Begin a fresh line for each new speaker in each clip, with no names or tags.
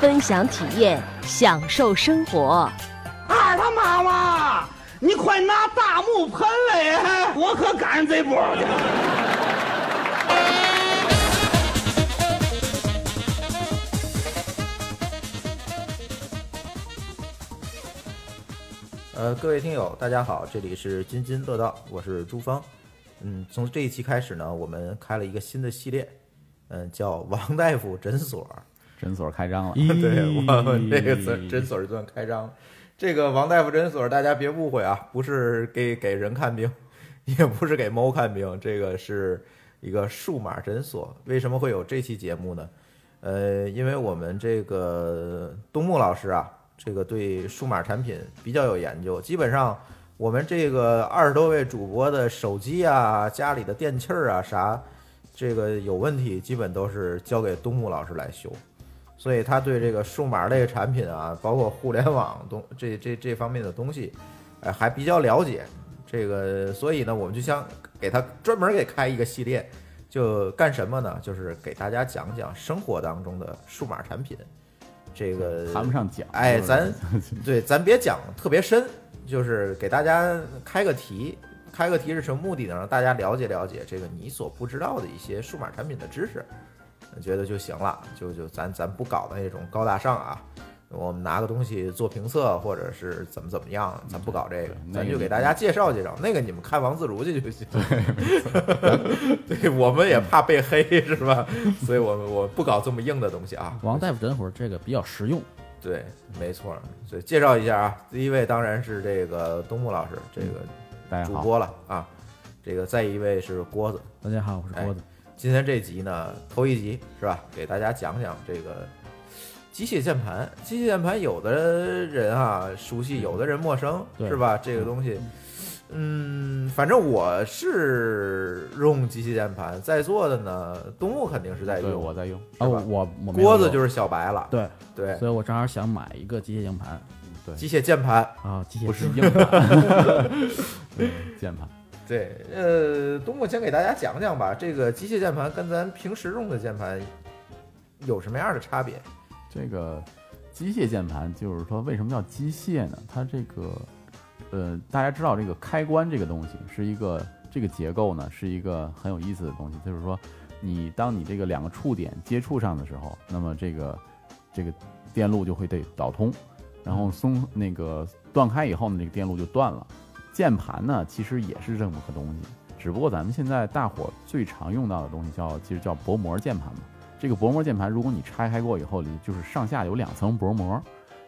分享体验，享受生活。
二他妈妈，你快拿大木盆来，我可赶上这波了。
呃，各位听友，大家好，这里是津津乐道，我是朱芳。嗯，从这一期开始呢，我们开了一个新的系列， 嗯，叫王大夫诊所。
诊所开张了，
对我们这个诊诊所算开张了。这个王大夫诊所，大家别误会啊，不是给给人看病， 也不是给猫看病，这个是一个数码诊所。为什么会有这期节目呢？呃，因为我们这个东木老师啊，这个对数码产品比较有研究，基本上我们这个二十多位主播的手机啊、家里的电器儿啊啥，这个有问题基本都是交给东木老师来修，所以他对这个数码类产品啊，包括互联网东这这这方面的东西，哎、还比较了解。这个，所以呢，我们就想给他专门给开一个系列，就干什么呢？就是给大家讲讲生活当中的数码产品。这个
谈不上讲，
哎，
就是
咱对，咱别讲特别深，就是给大家开个题，开个题是什么目的呢？让大家了解了解这个你所不知道的一些数码产品的知识，我觉得就行了。就就咱咱不搞那种高大上啊，我们拿个东西做评测或者是怎么怎么样，咱不搞这个，
那个
咱就
你
给大家介绍介绍。那个你们看王自如去就行。 对，我们也怕被黑是吧？ 所以我们我不搞这么硬的东西啊。
王大夫诊所这个比较实用，
对，没错儿。所以介绍一下啊，第一位当然是这个东木老师，这个
大家
主
嗯好，
播了啊。这个再一位是郭子。
大家好，我是郭子，
今天这集呢，头一集是吧？给大家讲讲这个机械键盘。机械键盘有的人啊熟悉，有的人陌生，
嗯对
是吧？这个东西，嗯，反正我是用机械键盘，在座的呢，东木肯定是在
对，
用，
我在用
吧
啊，我我我没有
郭子
用
就是小白了，
对，
对，
所以我正好想买一个机械硬盘
机械键盘。
啊，机械不是硬盘，嗯键盘，
对，呃，东木先给大家讲讲吧，这个机械键盘跟咱平时用的键盘有什么样的差别？
这个机械键盘就是说为什么叫机械呢？它这个呃，大家知道这个开关这个东西是一个这个结构呢是一个很有意思的东西，就是说你当你这个两个触点接触上的时候，那么这个这个电路就会得导通，然后松那个断开以后呢，这个电路就断了。键盘呢其实也是这么个东西，只不过咱们现在大伙最常用到的东西叫其实叫薄膜键盘嘛。这个薄膜键盘，如果你拆开过以后，里就是上下有两层薄膜，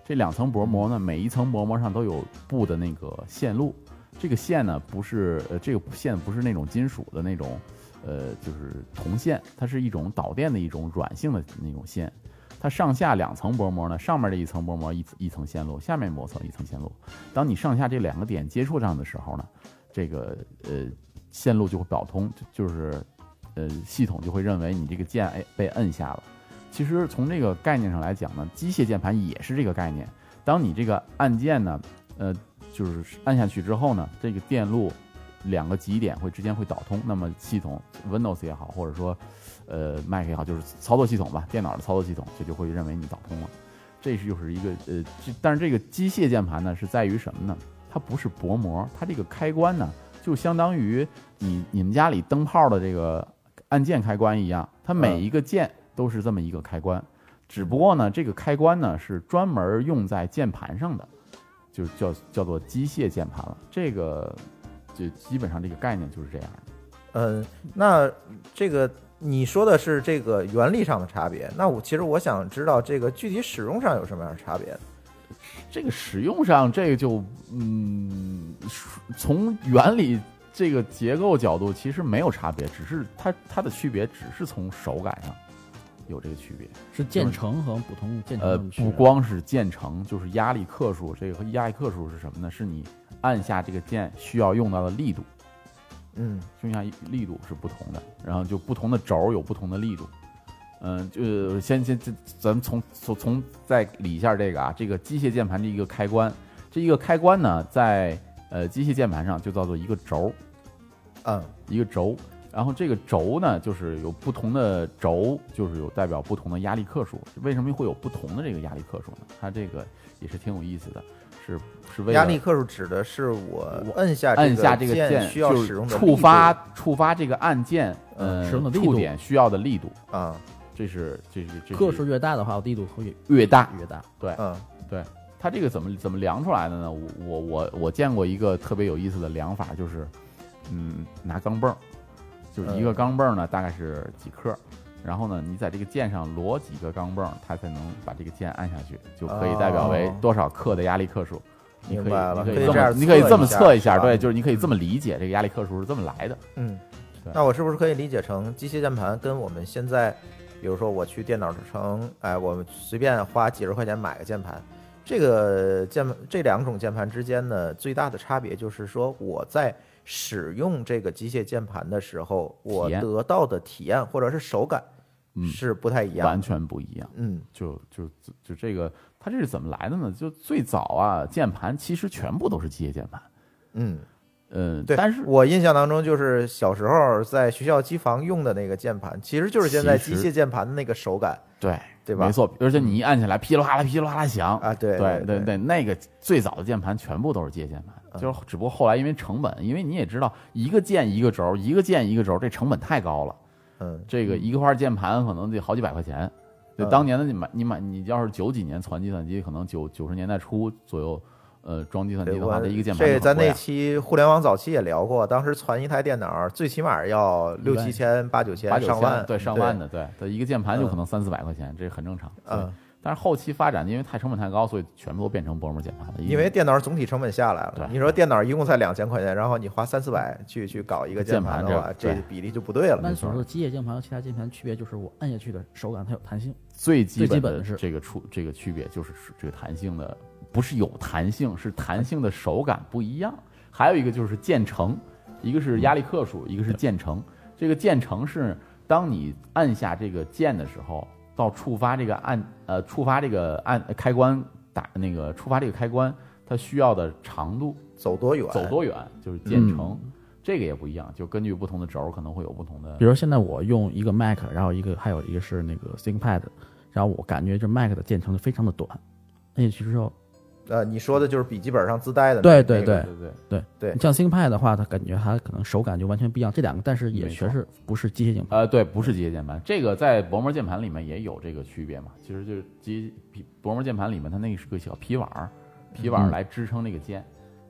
这两层薄膜呢，每一层薄膜上都有布的那个线路，这个线呢不是呃这个线不是那种金属的那种，呃就是铜线，它是一种导电的一种软性的那种线。它上下两层薄膜呢，上面这一层薄膜一一层线路，下面薄层一层线路。当你上下这两个点接触上的时候呢，这个呃线路就会导通，就就是呃系统就会认为你这个键哎被摁下了。其实从这个概念上来讲呢，机械键盘也是这个概念。当你这个按键呢，呃，就是按下去之后呢，这个电路两个极点会之间会导通，那么系统 Windows 也好，或者说呃 Mac 也好，就是操作系统吧，电脑的操作系统，这就会认为你导通了。这是就是一个呃，这但是这个机械键盘呢，是在于什么呢？它不是薄膜，它这个开关呢，就相当于你你们家里灯泡的这个按键开关一样，它每一个键都是这么一个开关，只不过呢，这个开关呢是专门用在键盘上的，就叫叫做机械键盘了。这个就基本上这个概念就是这样的。
嗯，那这个你说的是这个原理上的差别，那我其实我想知道这个具体使用上有什么样的差别？
这个使用上，这个就嗯，从原理这个结构角度其实没有差别，只是它它的区别只是从手感上。有这个区别。
是键程和普通键程
呃，
有什么区别啊
不光是键程，就是压力克数。这个压力克数是什么呢？是你按下这个键需要用到的力度，
嗯，
胸下力度是不同的，然后就不同的轴有不同的力度。嗯，就先先这，咱们从从从再理一下这个啊，这个机械键盘这一个开关，这一个开关呢，在呃机械键盘上就叫做一个轴，
嗯，
一个轴，然后这个轴呢，就是有不同的轴，就是有代表不同的压力克数。为什么会有不同的这个压力克数呢？它这个也是挺有意思的，是是为了
压力克数指的是我
我
按下
按下这个
键需要
就
使
是
用的力
触
度
发触发这个按键，
嗯
呃，
使用的力
触
度
点需要的力度，
啊，
这是这是这是
个数越大的话，我力度会
越大。
越大。
对，
嗯
它这个怎么怎么量出来的呢？我我我我见过一个特别有意思的量法，就是嗯拿钢镚儿，就是一个
嗯
钢镚儿呢大概是几克，然后呢你在这个键上摞几个钢镚儿，它才能把这个键按下去，就可以代表为
哦
多少克的压力克数。你可以
明白了
你
可以
这
这
么
样
你可以
测
这么
一下
测一下，
是吧
对，就是你可以这么理解这个压力克数是这么来的。
嗯
对，
那我是不是可以理解成机械键盘跟我们现在，比如说我去电脑城，哎，我们随便花几十块钱买个键盘，这个键盘这两种键盘之间呢，最大的差别就是说我在使用这个机械键盘的时候，我
体验
得到的体验或者是手感
嗯
是不太一样
完
的。
全不一样，
嗯
就就就就这个，它这是怎么来的呢？就最早啊，键盘其实全部都是机械键盘，
嗯，
嗯，
对。
但是
我印象当中，就是小时候在学校机房用的那个键盘，其实就是现在机
其实
械键盘的那个手感
对
对吧嗯
没错，而且你一按起来噼里啪啦噼里啪啦响
啊。对
对
对嗯
对，那个最早的键盘全部都是接键盘，就是只不过后来因为成本，因为你也知道一个键一个轴，一个键一个轴，这成本太高了。
嗯
这个一块键盘可能得好几百块钱。就
嗯
当年的你买你买你要是九几年攒计算机，可能九九十年代初左右，呃，装计算机
对
的
我
话，这一个键盘就
这
很
咱
贵
那
啊
期互联网早期也聊过，当时传一台电脑最起码要六七千、八九千、
啊八九
上
千
万，嗯
对上万的，对，它一个键盘就可能三四百块钱，这很正常。
嗯
对，但是后期发展，因为太成本太高，所以全部都变成薄膜键盘了。
因为电脑总体成本下来了
嗯对。
你说电脑一共才两千块钱，然后你花三四百去去搞一个键盘的话，
键
这
盘这
比例就不对了。
那所说的机械键盘和其他键盘区别就是，我按下去的手感它有弹性。
最基
最基
本
本的是
这个出这个区别就是这个弹性的，不是有弹性，是弹性的手感不一样。还有一个就是键程，一个是压力克数，一
嗯
个是键程。这个键程是当你按下这个键的时候，到触发这个按呃触发这个按开关打那个触发这个开关，它需要的长度
走多远？
走多远就是键程。这个也不一样，就根据不同的轴可能会有不同的
嗯比如现在我用一个 Mac，然后一个还有一个是那个 ThinkPad，然后我感觉这 Mac 的键程就非常的短，按下去之后，
呃，你说的就是笔记本上自带的那个，
对对
那
对
个
对对对，
对
你像 ThinkPad 的话，它感觉它可能手感就完全不一样。这两个，但是也
没错
全是不是机械键盘。
呃，对，不是机械键盘，这个在薄膜键盘里面也有这个区别嘛。其实就是机皮薄膜键盘里面，它那个是个小皮碗儿，皮碗
嗯
儿来支撑这个键，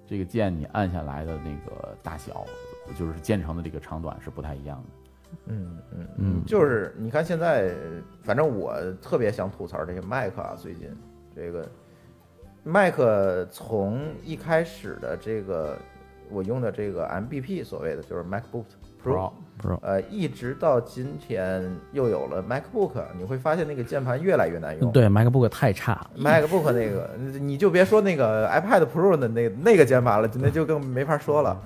这个键你按下来的那个大小，就是键程的这个长短是不太一样的。
嗯嗯。
嗯，
就是你看现在，反正我特别想吐槽这些麦克啊，最近这个麦克从一开始的这个我用的这个 MBP 所谓的就是 MacBook Pro，
Pro
呃，一直到今天又有了 MacBook，你会发现那个键盘越来越难
嗯
用。
对，MacBook 太差了。
MacBook 那个， 你就别说那个 iPad Pro 的那那个键盘了，那就更没法说了。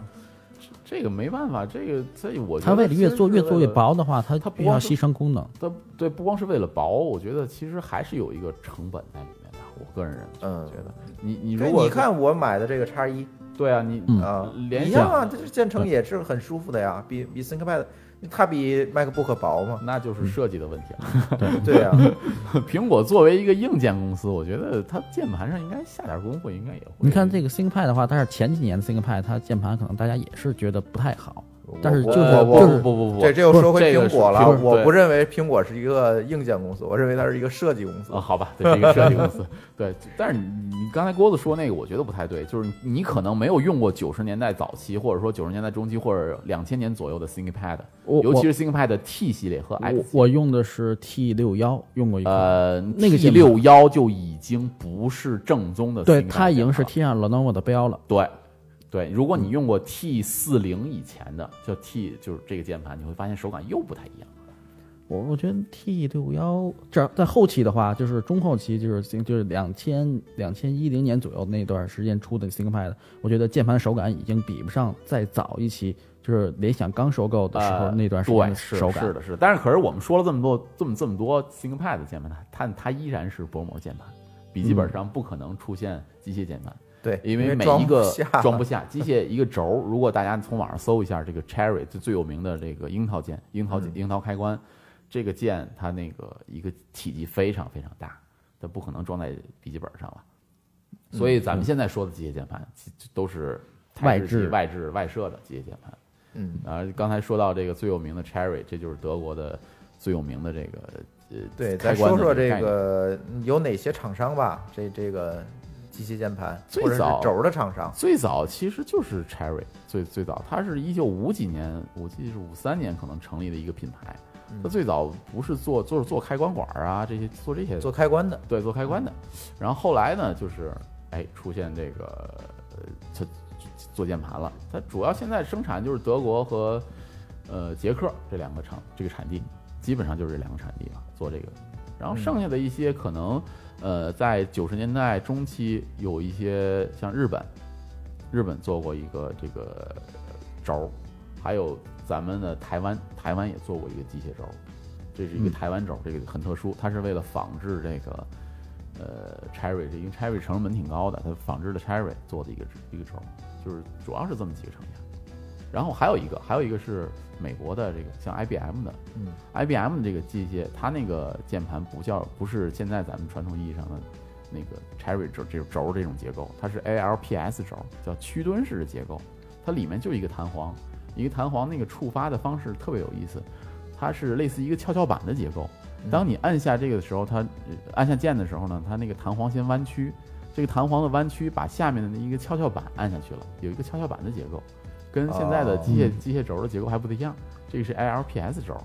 这个没办法，这个这我觉
它为
得
了
其
越
实
做
是
越
为
做越
了
薄的话，它
它不
必须要
光是
牺牲功能。
它对，不光是为了薄，我觉得其实还是有一个成本在里面的。我个人
嗯
觉得，你你
对，
如果
你看我买的这个叉一，
对啊，你
嗯
啊，
联
一样
想
啊，这键程也是很舒服的呀，比比 ThinkPad 它比 MacBook 薄 嘛，
那就是设计的问题了。
对啊呀、
嗯苹果作为一个硬件公司，我觉得它键盘上应该下点功夫，应该也会。
你看这
个，
个 ThinkPad 的话，但是前几年的 ThinkPad 它键盘可能大家也是觉得不太好，但是
我
就是
我
就是
不不不
这
不，
这又说回苹果了，
不是这个是
我
对
不认为苹果是一个硬件公司，我认为它是一个设计公司
啊，。好吧，对，这个设计公司， 对，但是你你刚才郭子说那个，我觉得不太对，就是你可能没有用过九十年代早期，或者说九十年代中期，或者两千年左右的 ThinkPad，
我
尤其是 ThinkPad T 系列和
我
X 系列。
我用的是 T 六幺，用过一款。
呃，
那个
T
键盘
六幺就已经不是正宗的 ThinkPad
对，
键盘了，
它已经是贴上 Lenovo 的标了。
对，对，如果你
嗯
用过 T 四零以前的，叫 T 就是这个键盘，你会发现手感又不太一样。
我我觉得 T 六幺这在后期的话，就是中后期，就是就是两千两千一零年左右那段时间出的 ThinkPad，我觉得键盘手感已经比不上再早一期，就是联想刚收购的时候
呃
那段时间
对，
的
是
手感。
是的，是的。但是可是我们说了这么多，这么这么多 ThinkPad 的键盘，它它它依然是薄膜键盘，笔记本
嗯
上不可能出现机械键盘，
对，
因
为
每
装
一
不
个
下
装不下，机械一个轴儿。如果大家从网上搜一下这个 Cherry 最最有名的这个樱桃键、樱桃
嗯
樱桃开关，这个键它那个一个体积非常非常大，它不可能装在笔记本上了。所
嗯
以咱们现在说的机械键盘其实都是
外
台式机
置
外置外设的机械键盘。
嗯，
啊，刚才说到这个最有名的 Cherry，这就是德国的最有名的这个呃
对，
开
咱
关
说说
的
这
这概念
个有哪些厂商吧，这这个机械键盘
最
或者是
早
轴的厂商，
最早其实就是 Cherry，最最早它是一九五几年，我记得是五三年可能成立的一个品牌。它最早不是做做做开关管儿啊这些做这些
做开关的，
对做开关的，然后后来呢就是哎出现这个呃它做键盘了，它主要现在生产就是德国和呃捷克这两个厂这个产地，基本上就是这两个产地啊做这个，然后剩下的一些可能呃在九十年代中期有一些像日本，日本做过一个这个轴儿，还有咱们的台湾台湾也做过一个机械轴儿。这是一个台湾轴，这个很特殊，它是为了仿制这个呃 cherry，这因为 cherry 成本挺高的，它仿制的 cherry 做的一个一个轴，就是主要是这么几个厂家。然后还有一个，还有一个是美国的这个像 IBM 的
嗯，
，IBM 的这个机械，它那个键盘不叫不是现在咱们传统意义上的那个 cherry 轴这种轴这种结构，它是 ALPS 轴，叫屈蹲式的结构，它里面就一个弹簧，一个弹簧那个触发的方式特别有意思，它是类似一个跷跷板的结构。
嗯
当你按下这个的时候，它呃按下键的时候呢，它那个弹簧先弯曲，这个弹簧的弯曲把下面的那一个跷跷板按下去了，有一个跷跷板的结构，跟现在的
哦
机械、机械轴的结构还不太一样。这个是 ILPS 轴，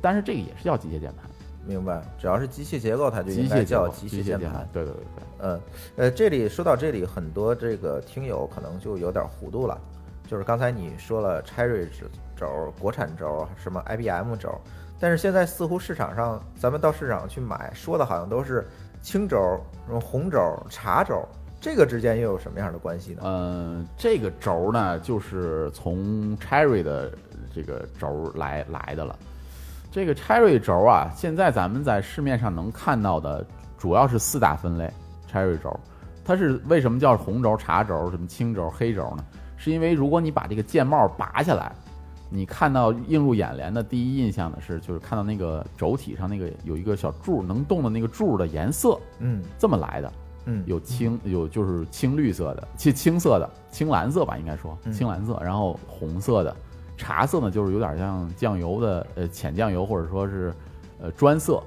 但是这个也是叫机械键盘，
明白，只要是机械结构，它就
机
应
械
该
结构
叫机
械
械
键
键盘。
对对对对。
嗯，呃，这里说到这里，很多这个听友可能就有点糊涂了，就是刚才你说了 Cherry 轴、国产轴、什么 IBM 轴，但是现在似乎市场上，咱们到市场去买，说的好像都是青轴、什么红轴、茶轴，这个之间又有什么样的关系呢？
嗯，这个轴呢，就是从 Cherry 的这个轴来来的了。这个 Cherry 轴啊，现在咱们在市面上能看到的主要是四大分类，Cherry 轴。它是为什么叫红轴、茶轴、什么青轴、黑轴呢？是因为如果你把这个键帽拔下来，你看到映入眼帘的第一印象呢是，就是看到那个轴体上那个有一个小柱能动的那个柱的颜色，
嗯
这么来的。
嗯，
有青有就是青绿色的，青青色的，青蓝色吧，应该说
嗯
青蓝色，然后红色的，茶色呢就是有点像酱油的，呃，浅酱油或者说是呃砖色，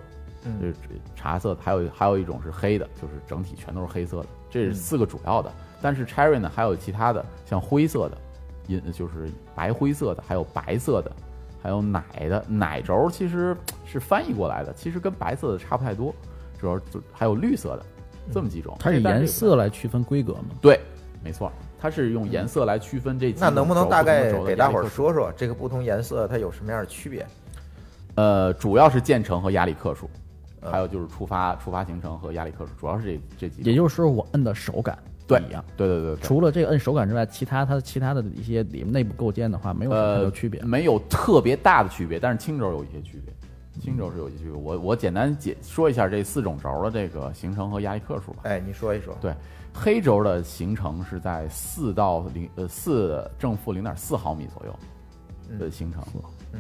嗯
就是茶色，还有还有一种是黑的，就是整体全都是黑色的，这是
嗯
四个主要的。但是 cherry 呢还有其他的，像灰色的，银就是白灰色的，还有白色的，还有奶的奶轴其实是翻译过来的，其实跟白色的差不太多，主要就还有绿色的。这么几种，
嗯
哎
哎它是以
但
颜
这个
色来区分规格嘛？
对，没错，它是用颜色来区分这几
那能不能大概
种轴
给大伙儿
的压力克数？
说说这个不同颜色它有什么样的区别？
呃，主要是键程和压力克数，
嗯
还有就是触发触发行程和压力克数，主要是这这几种。
也就是说，我摁的手感不
对
一样。
对对对对，
除了这个摁手感之外，其他它其他的一些里面内部构建的话，没有什么太
呃
多区别。
没有特别大的区别，但是青轴有一些区别。青轴是有一些区别，我我简单解说一下这四种轴的这个行程和压力克数吧。
哎，你说一说。
对，黑轴的行程是在四到零呃四正负零点四毫米左右的
嗯
行程，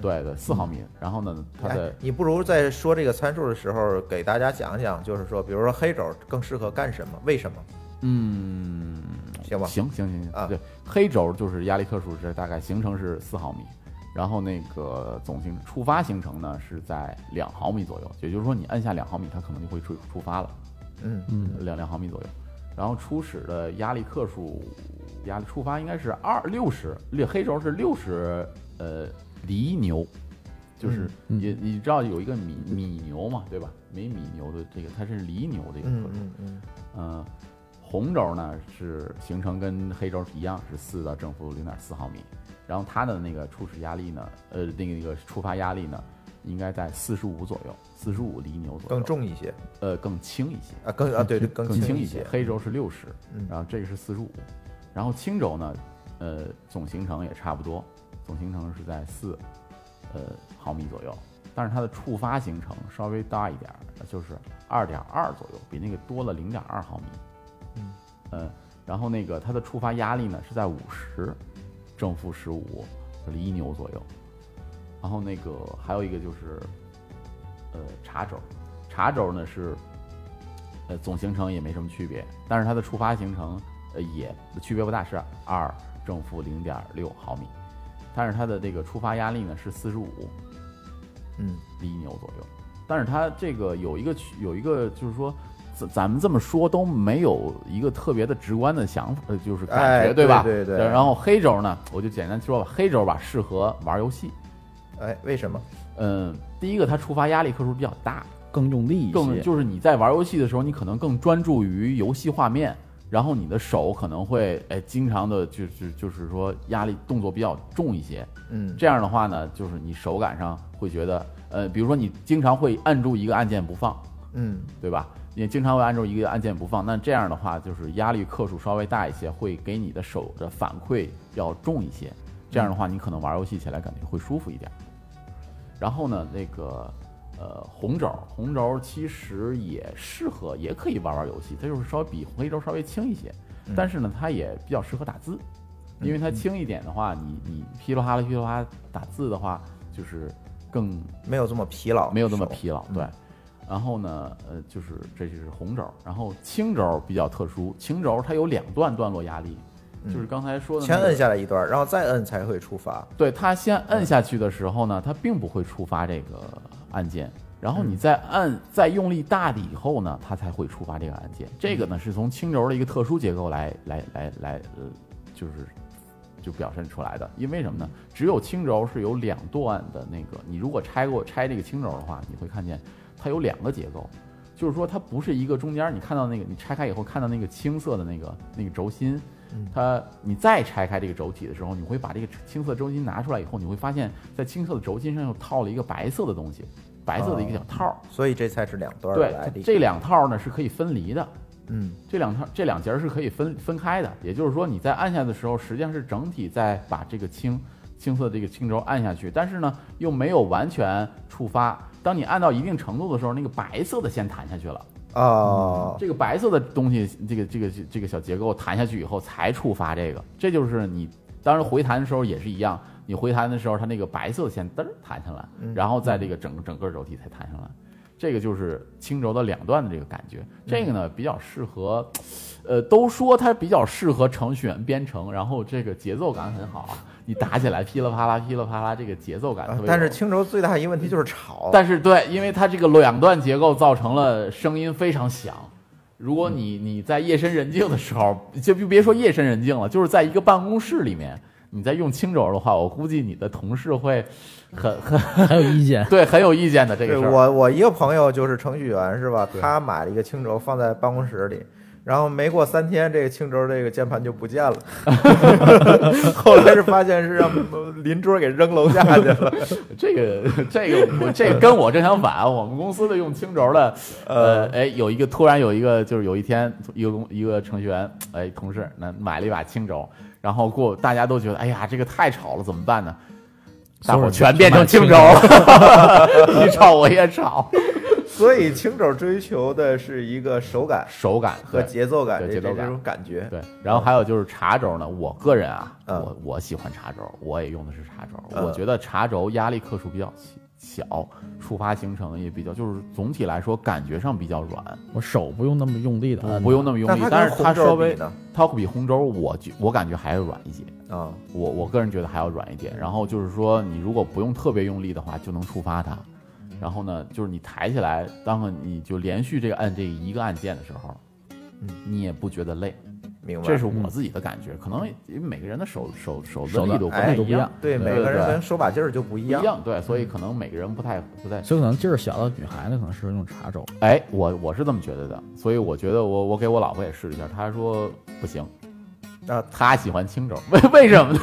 对对，四毫米。
嗯
然后呢，它
哎
的，
你不如在说这个参数的时候，给大家讲讲，就是说，比如说黑轴更适合干什么？为什么？
嗯，
行吧？，
行行行行
啊
对，黑轴就是压力克数是大概行程是四毫米，然后那个总行触发行程呢是在两毫米左右，也就是说你按下两毫米，它可能就会触触发了，
嗯
两两毫米左右。然后初始的压力克数，压力触发应该是二六十，黑轴是六十呃厘牛，就是
嗯嗯
你你知道有一个米米牛嘛，对吧？每米牛的这个它是厘牛的一个克
嗯
数。
嗯嗯，
嗯，红轴呢是行程跟黑轴一样，是四到正负零点四毫米，然后它的那个初始压力呢，呃，那个那个触发压力呢应该在四十五左右，四十五厘牛左右，
更重一些
呃更轻一些，
啊，更啊对对更
更
轻
一
些，
黑轴是六十、
嗯
然后这个是四十五，然后青轴呢，呃，总行程也差不多，总行程是在四呃毫米左右，但是它的触发行程稍微大一点儿，就是二点二左右，比那个多了零点二毫米。嗯，呃，然后那个它的触发压力呢是在五十正负十五，就是一牛左右。然后那个还有一个就是，呃，茶轴，茶轴呢是呃，总行程也没什么区别，但是它的触发行程呃也区别不大，是二正负零点六毫米，但是它的这个触发压力呢是四十五
嗯
厘牛左右，但是它这个有一个区有一个就是说。咱咱们这么说都没有一个特别的直观的想法，呃就是感觉、
哎
对吧？
对对对
然后黑轴呢，我就简单说吧，黑轴吧适合玩游戏。
哎为什么
嗯，第一个它触发压力克数比较大，
更用力一些，
更就是你在玩游戏的时候，你可能更专注于游戏画面，然后你的手可能会哎经常的就就就是说压力动作比较重一些。
嗯
这样的话呢，就是你手感上会觉得呃，比如说你经常会按住一个按键不放，
嗯
对吧？你经常会按住一个按键不放，那这样的话就是压力克数稍微大一些，会给你的手的反馈要重一些。这样的话，你可能玩游戏起来感觉会舒服一点。然后呢，那个呃红轴，红轴其实也适合，也可以玩玩游戏，它就是稍微比黑轴稍微轻一些，但是呢，它也比较适合打字，因为它轻一点的话，你你噼里啪啦噼里啪啦打字的话，就是更
没有这么疲劳，
没有那么
手
疲劳，对。然后呢，呃，就是这就是红轴，然后青轴比较特殊，青轴它有两段段落压力，就是刚才说
嗯
的、那
先
个
摁下嗯来一段，然后再摁才会触发，
对，它先摁下去的时候呢，它并不会触发这个按键，然后
嗯
你再按再用力大的以后呢，它才会触发这个按键。这
嗯
个呢是从轻轴的一个特殊结构来来来来呃，就是就表现出来的。因为什么呢？
嗯
只有轻轴是有两段的那个，你如果拆过拆这个轻轴的话，你会看见它有两个结构。就是说，它不是一个中间儿，你看到那个，你拆开以后看到那个青色的那个那个轴心，
嗯
它你再拆开这个轴体的时候，你会把这个青色轴心拿出来以后，你会发现在青色的轴心上又套了一个白色的东西，白色的一个小
啊
套儿。
所以这才是两段
对
来的，。
这两套儿呢是可以分离的，
嗯
这两套这两节儿是可以分分开的。也就是说，你在按下的时候，实际上是整体在把这个青青色这个青轴按下去，但是呢又没有完全触发。当你按到一定程度的时候，那个白色的先弹下去了。
哦，
嗯这个白色的东西，这个这个这个小结构弹下去以后才触发这个，这就是你当时回弹的时候也是一样，你回弹的时候它那个白色的先嘚儿弹上来，
嗯
然后在这个整整个轴体才弹上来，这个就是轻轴的两段的这个感觉。这个
嗯
呢比较适合，呃，都说它比较适合程序员编程，然后这个节奏感很好啊，你打起来噼里啪啦噼里啪啦，这个节奏感特
啊
别有。
但是轻轴最大一个问题就是吵，
但是对，因为它这个两段结构造成了声音非常响。如果你
嗯
你在夜深人静的时候，就就别说夜深人静了，就是在一个办公室里面，你在用轻轴的话，我估计你的同事会很 很。
还有意见
对很有意见的这
对
个事儿。
我我一个朋友就是程序员是吧？他买了一个轻轴放在办公室里，然后没过三天，这个轻轴这个键盘就不见 了。 后来是发现是让邻桌给扔楼下去了。
这个 这个我这个跟我正相反，我们公司的用轻轴的，呃，哎，有一个突然有一个就是有一天一个公一个程序员哎同事那买了一把轻轴，然后过大家都觉得哎呀这个太吵了怎么办呢？大伙儿全变成轻轴了， 你吵我也吵，
所以轻轴追求的是一个手感
手感
和
对
节奏感
对
这
节奏
这
感
种感觉。
对，然后还有就是茶轴呢，我个人啊，
嗯
我我喜欢茶轴，我也用的是茶轴，
嗯
我觉得茶轴压力克数比较小，触发行程也比较，就是总体来说感觉上比较软，
我手不用那么用力的按，
不用那么用
那
力
嗯它，
但
跟
是它
红
稍
轴比
微
呢？
它会比红轴我觉我感觉还要软一些，
啊，
我我个人觉得还要软一点。然后就是说，你如果不用特别用力的话，就能触发它。然后呢，就是你抬起来，当你就连续这个按这一个按键的时候，
嗯
你也不觉得累。
明白。
这是我自己的感觉，可能因为每个人的手手手的
手的
力度不
哎
太一样，
对每个人跟手把劲儿就不一
不一
样。嗯
样，对，所以可能每个人不太不太。
所以可能劲儿小的女孩子可能适合用茶轴，
哎，我我是这么觉得的，所以我觉得我我给我老婆也试了一下，她说不行，
啊
她喜欢轻轴， 为为什么呢？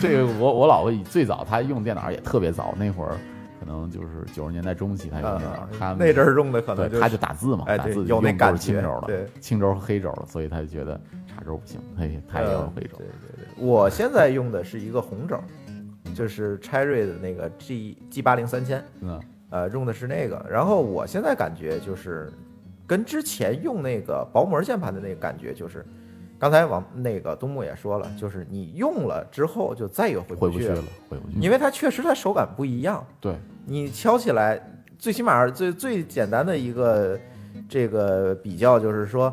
这个我我老婆最早她用电脑也特别早，那会儿可能就是九十年代中期，他有那阵儿
啊，
哎他们
那阵儿用的可能
对，
就
他
是
就打字嘛，
哎
打
对
字
有那
用
感
都是青
觉
轴了，
对
青轴和黑轴了，所以他就觉得茶轴不行，嘿，他也要
呃
黑轴
对，对对，我现在用的是一个红轴，就是 Cherry 的那个 G G 八零三千，
嗯，
呃，用的是那个。然后我现在感觉就是跟之前用那个薄膜键盘的那个感觉就是。刚才王那个东木也说了，就是你用了之后就再也回
嗯回不
去
去了，回不去了，
因为它确实它手感不一样，
对
你敲起来，最起码最最简单的一个这个比较就是说，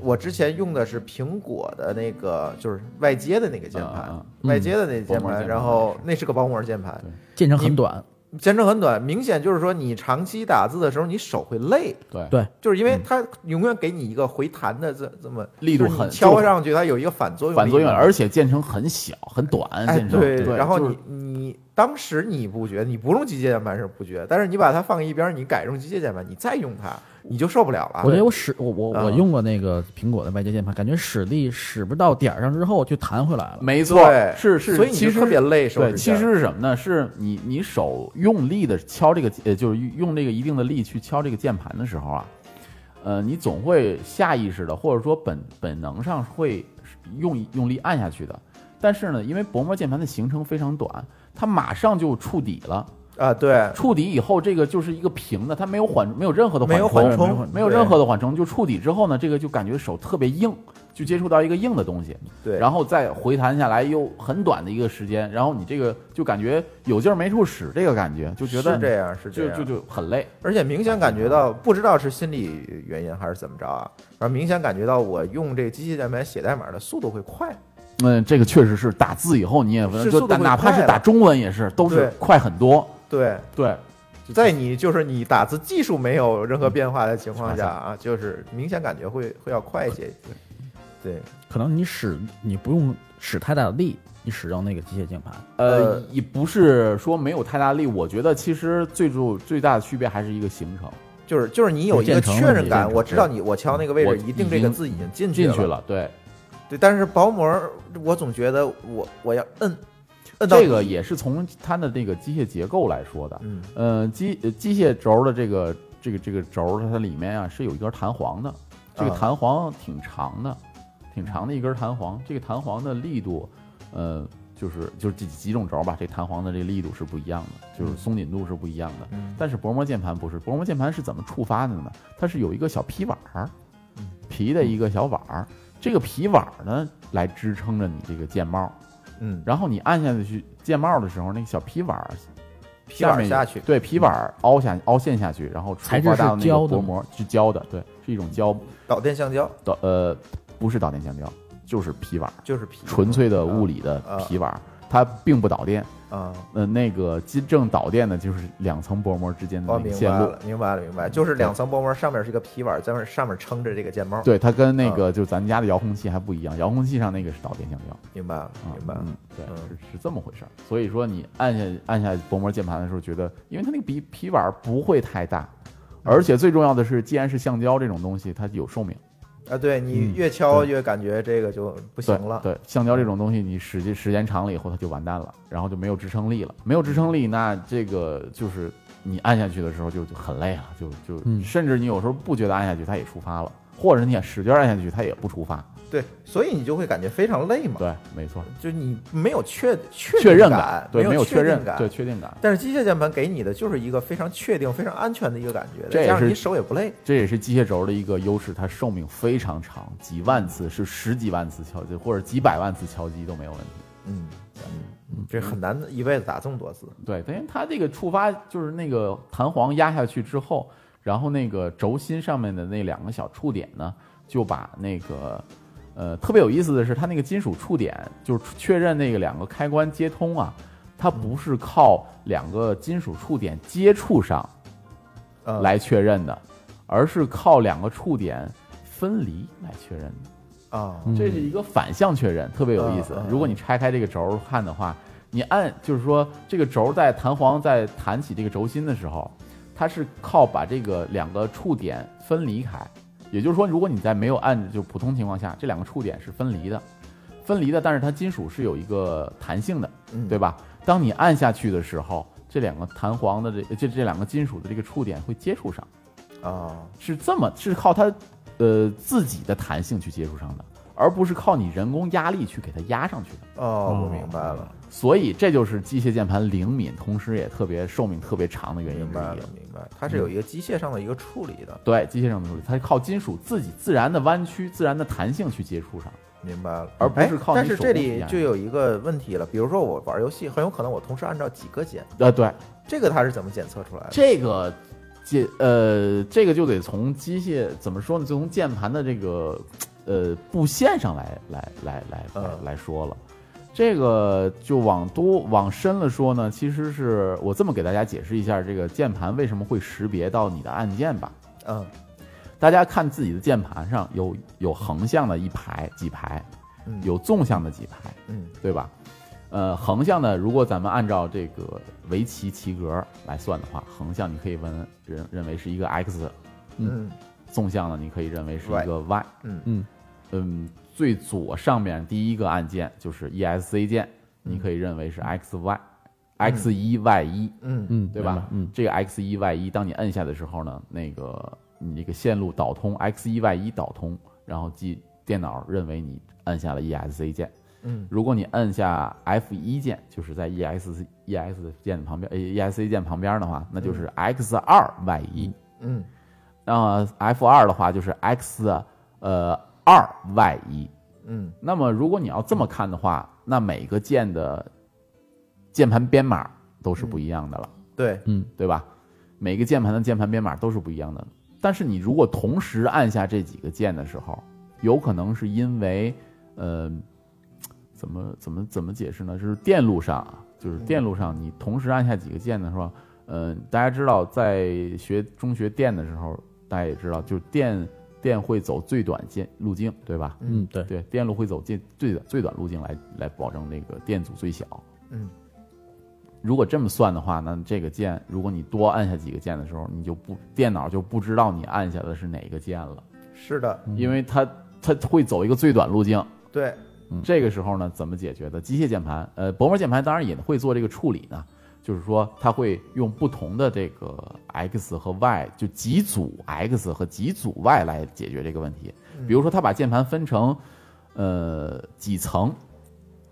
我之前用的是苹果的那个就是外接的那个键盘，
嗯嗯
外接的那键
薄膜键
盘，
盘
然后那是个薄膜键盘，
键程很短，
键程很短，明显就是说你长期打字的时候你手会累，
对
对
就是因为它永远给你一个回弹的这这么
嗯力度
就是你
很
敲上去，它有一个反作用力，
反作用，而且建成很小很短，
哎，
建成对，
然后
就是
你你当时你不觉，你不用机械键盘是不觉，但是你把它放一边儿，你改用机械键盘，你再用它，你就受不了了。
我觉得我使我我
啊
我用过那个苹果的外接键盘，感觉使力使不到点儿上之后就弹回来了。
没错
对，，
是是，
所以你
其
就
实
特别累受。
对，其实是什么呢？是你你手用力的敲这个，呃，就是用这个一定的力去敲这个键盘的时候啊，呃，你总会下意识的，或者说本本能上会用用力按下去的。但是呢，因为薄膜键盘的行程非常短，它马上就触底了。
啊，对，
触底以后，这个就是一个平的，它没有缓，没有任何的
没有缓
冲，
冲，
没有任何的缓冲，就触底之后呢，这个就感觉手特别硬，就接触到一个硬的东西。
对，
然
后
后再回弹下来又很短的一个时间，然后你这个就感觉有劲儿没处使，这个感觉就觉得
是这样，是这
就
样，
就就很累。
而且明显感觉到，不知道是心理原因还是怎么着啊，然后明显感觉到我用这机械键盘写代码的速度会快，
嗯，这个确实是打字以后你也
是
就
速
打
度会
哪怕
快
是
了
打中文也是都是
对
快很多。
对。
对，
在你就是你打字技术没有任何变化的情况
嗯是
下啊，就是明显感觉会会要快一些。对，
可能你使你不用使太大的力，你使用那个机械键盘，
呃
呃，
也不是说没有太大力，我觉得其实最主最大的区别还是一个行程
就是就是你有一个
建成
确认
问
感，
题
我知道你我敲那个位
我
置
已
一定这个
经
字已经进去
进
了。
去了。对，
对，但是薄膜儿我总觉得我我要摁摁到
这个
底
也是从它的那个机械结构来说的。
嗯
呃，机呃机械轴的这个这个这个轴，它里面啊是有一根弹簧的，这个
啊
弹簧挺长的，挺长的一根弹簧。这个弹簧的力度，呃，就是就是几几种轴吧，这弹簧的这个力度是不一样的，就是松紧度是不一样的。
嗯
但是薄膜键盘不是，薄膜键盘是怎么触发的呢？它是有一个小皮碗儿
嗯，
皮的一个小碗儿，这个皮碗儿呢来支撑着你这个键帽。
嗯
然后你按下去键帽的时候，那个小皮碗儿
皮碗
面
下去
对，皮碗儿凹下凹陷下去，然后触
材质
发
是
到那个
胶的
薄
吗
膜是胶的，对，是一种胶
导电橡胶
的，呃，不是导电橡胶，就是皮碗儿，
就是皮
纯粹的物理的
啊
皮碗儿，它并不导电。
啊。
呃，那个真正导电的就是两层薄膜之间的
哦，
那个
明
线
白
路
了，，明白了，明白，就是两层薄膜，上面是一个皮碗，在上面撑着这个键帽。，
对，它跟
嗯
那个就咱家的遥控器还不一样，遥控器上那个是导电橡胶。
明白了，
啊，
明白了。
嗯，对，
嗯
是是这么回事儿。所以说你按下按下薄膜键盘的时候，觉得因为它那个皮皮碗儿不会太大，而且最重要的是，既然是橡胶这种东西，它有寿命。
啊，对你
嗯
越敲越感觉这个就不行
对
了。
对，橡胶这种东西，你使劲时间长了以后，它就完蛋了，然后就没有支撑力了。没有支撑力，那这个就是你按下去的时候就就很累了，就就、
嗯
甚至你有时候不觉得按下去，它也触发了，或者你想使劲按下去，它也不触发。
对，所以你就会感觉非常累嘛，
对，没错，
就是你没有确确
确认
感，
对，没
有
确
定
认，对，确定感。
但是机械键盘给你的就是一个非常确定、非常安全的一个感觉，
这也
再加
是
上你手也不累。
这也是机械轴的一个优势，它寿命非常长，几万次是十几万次敲击或者几百万次敲击都没有问题。
嗯，嗯这很难一辈子打这么多次。
对，因为它这个触发就是那个弹簧压下去之后，然后那个轴心上面的那两个小触点呢，就把那个呃特别有意思的是，它那个金属触点就是确认那个两个开关接通啊，它不是靠两个金属触点接触上
呃，
来确认的，而是靠两个触点分离来确认的。
啊，
嗯
这是一个反向确认，特别有意思
嗯嗯。嗯
如果你拆开这个轴看的话，你按就是说这个轴在弹簧在弹起这个轴心的时候，它是靠把这个两个触点分离开。也就是说，如果你在没有按就普通情况下，这两个触点是分离的，分离的，但是它金属是有一个弹性的，
嗯
对吧？当你按下去的时候，这两个弹簧的这这这两个金属的这个触点会接触上，
啊，
是这么是靠它呃自己的弹性去接触上的，而不是靠你人工压力去给它压上去的。
哦，我明白了，
所以这就是机械键盘灵敏，同时也特别寿命特别长的原因
明
之
白
一
了。，明白了。它是有一个机械上的一个处理的，
对，机械上的处理，它是靠金属自己自然的弯曲、自然的弹性去接触上。
明白了，
嗯而不是靠
哎但
你
是
手
这
工体
里
验
就有一个问题了，比如说我玩游戏，很有可能我同时按照几个键，
呃，对，
这个它是怎么检测出来的？
这个键呃，这个就得从机械怎么说呢？就从键盘的这个呃布线上来来来来来
嗯
来说了。这个就往多往深了说呢，其实是我这么给大家解释一下，这个键盘为什么会识别到你的按键吧。
嗯
大家看自己的键盘上有有横向的一排几排，
嗯
有纵向的几排，
嗯
对吧？呃，横向呢，如果咱们按照这个围棋棋格来算的话，横向你可以问认认为是一个 x，
嗯
纵向呢你可以认为是一个 y。
嗯
嗯
嗯，最左上面第一个按键就是 ESC 键，你可以认为是 x y、x 一 y 一，
嗯
嗯，
对吧？
嗯，
这个 x 一 y 一，当你摁下的时候呢，那个你这个线路导通 x 一 y 一导通，然后即电脑认为你按下了 ESC 键。
嗯
如果你摁下 F 一键，就是在 E S E S 的键旁边，呃 E S C 键旁边的话，那就是 X 二 Y 一。
嗯
那 F 二的话就是 X 呃二 Y 一。
嗯
那么如果你要这么看的话，那每个键的键盘编码都是不
嗯
一样的了，
对，
对吧？每个键盘的键盘编码都是不一样的。但是你如果同时按下这几个键的时候，有可能是因为，呃，怎么怎么怎么解释呢？就是电路上啊，就是电路上，你同时按下几个键的时候，呃，大家知道，在学中学电的时候，大家也知道，就是电电会走最短键路径，对吧？
嗯，对，
对，电路会走最最短最短路径来来保证那个电阻最小。
嗯，
如果这么算的话，那这个键，如果你多按下几个键的时候，你就不电脑就不知道你按下的是哪个键了，
是的，
因为它它会走一个最短路径。
对，
这个时候呢，怎么解决的？机械键盘，呃，薄膜键盘当然也会做这个处理呢，就是说它会用不同的这个 x 和 y，就几组 x 和几组 y 来解决这个问题。比如说，它把键盘分成，呃，几层，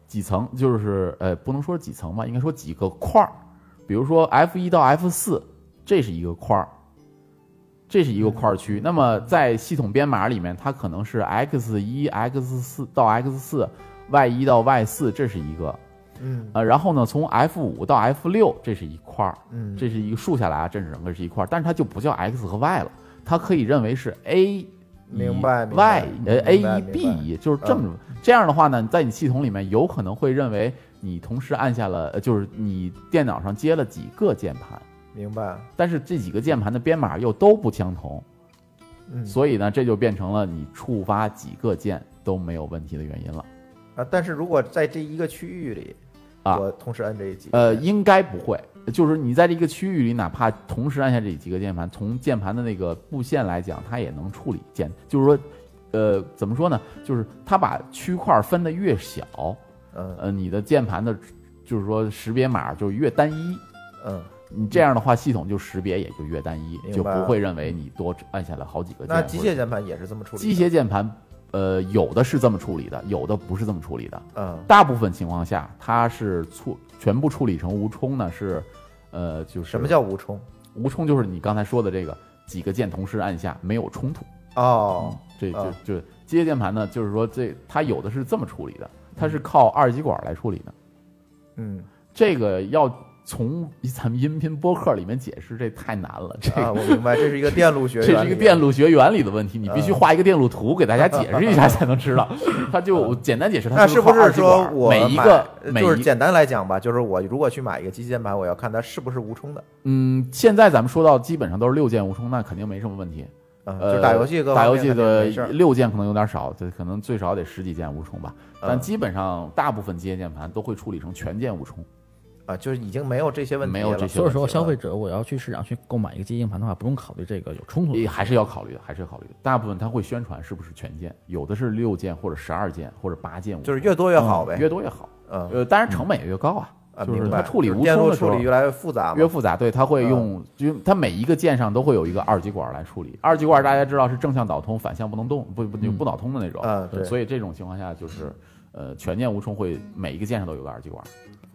几层就是呃，不能说几层吧，应该说几个块儿。比如说 F 一到 F 四，这是一个块儿，这是一个块儿区。那么在系统编码里面，它可能是 X 一、X 四到 X 四，Y 一到 Y 四，这是一个。
嗯
呃，然后呢，从 F 五到 F 六，这是一块儿，
嗯
这是一个竖下来啊，这整个是一块儿，但是它就不叫 X 和 Y 了，它可以认为是 A E
明白明白
Y 呃 A
明白嗯
一
明
B
白
一，就是这么、这样的话呢，在你系统里面有可能会认为你同时按下了，呃就是你电脑上接了几个键盘，
明白，
但是这几个键盘的编码又都不相同，
嗯
所以呢，这就变成了你触发几个键都没有问题的原因了。
啊，但是如果在这一个区域里，
啊
我同时按这几个
呃，
键，
应该不会，就是你在这个区域里，哪怕同时按下这几个键盘，从键盘的那个布线来讲，它也能处理键。就是说，呃，怎么说呢？就是它把区块分的越小，
嗯
呃，你的键盘的，就是说识别码就越单一。
嗯，
你这样的话，系统就识别也就越单一，
明
就
白
不
了
会认为你多按下了好几个键。
那机
或者
械键盘也是这么处理的，
机械键盘，呃，有的是这么处理的，有的不是这么处理的。
嗯
大部分情况下，它是处全部处理成无冲呢，是，呃，就是
什么叫无冲？
无冲？就是你刚才说的这个几个键同时按下没有冲突，
哦，
这就
啊
就机械键盘呢，就是说这它有的是这么处理的，它是靠二极管来处理的。
嗯
这个要从咱们音频播客里面解释，这太难了，这个
啊，我明白，这是一个电路学
这
原理啊，
是一个电路学原理的问题，你必
嗯
须画一个电路图给大家解释一下才能 知道。它就我简单解释，它
那是不
靠二
是
极
说
管
我
每一
买
个每
就是
一
简单来讲吧，就是我如果去买一个机械键盘，我要看它是不是无冲的，
嗯，现在咱们说到基本上都是六键无冲，那肯定没什么问题。
嗯，就
呃，
是打游戏各
打
方
游
面
戏
肯定
的
没事儿
六键可能有点少，这可能最少得十几键无冲吧。但
嗯
基本上大部分机械键盘都会处理成全键无冲。
啊，就是已经没有这些问题
没有这
了
些
所以说消费者我要去市场去购买一个机械硬盘的话，不用考虑这个有冲突的
也还是要考虑的，还是要考虑的。大部分它会宣传是不是全键，有的是六键或者十二键或者八键无冲，
就是越多越好呗，
嗯越多越好。
嗯
呃，当然成本也越高啊。
啊，
就是
明白
它处理
就是
无
电
声
路
的时
处
候
理越来越复杂嘛，
越复杂，对，它会
嗯
用，就它每一个键上都会有一个二极管来处理。二极管大家知道是正向导通，反向不能动，不不就不导通的那种。
嗯对嗯
所以这种情况下就是，呃，全键无冲会每一个键上都有个二极管。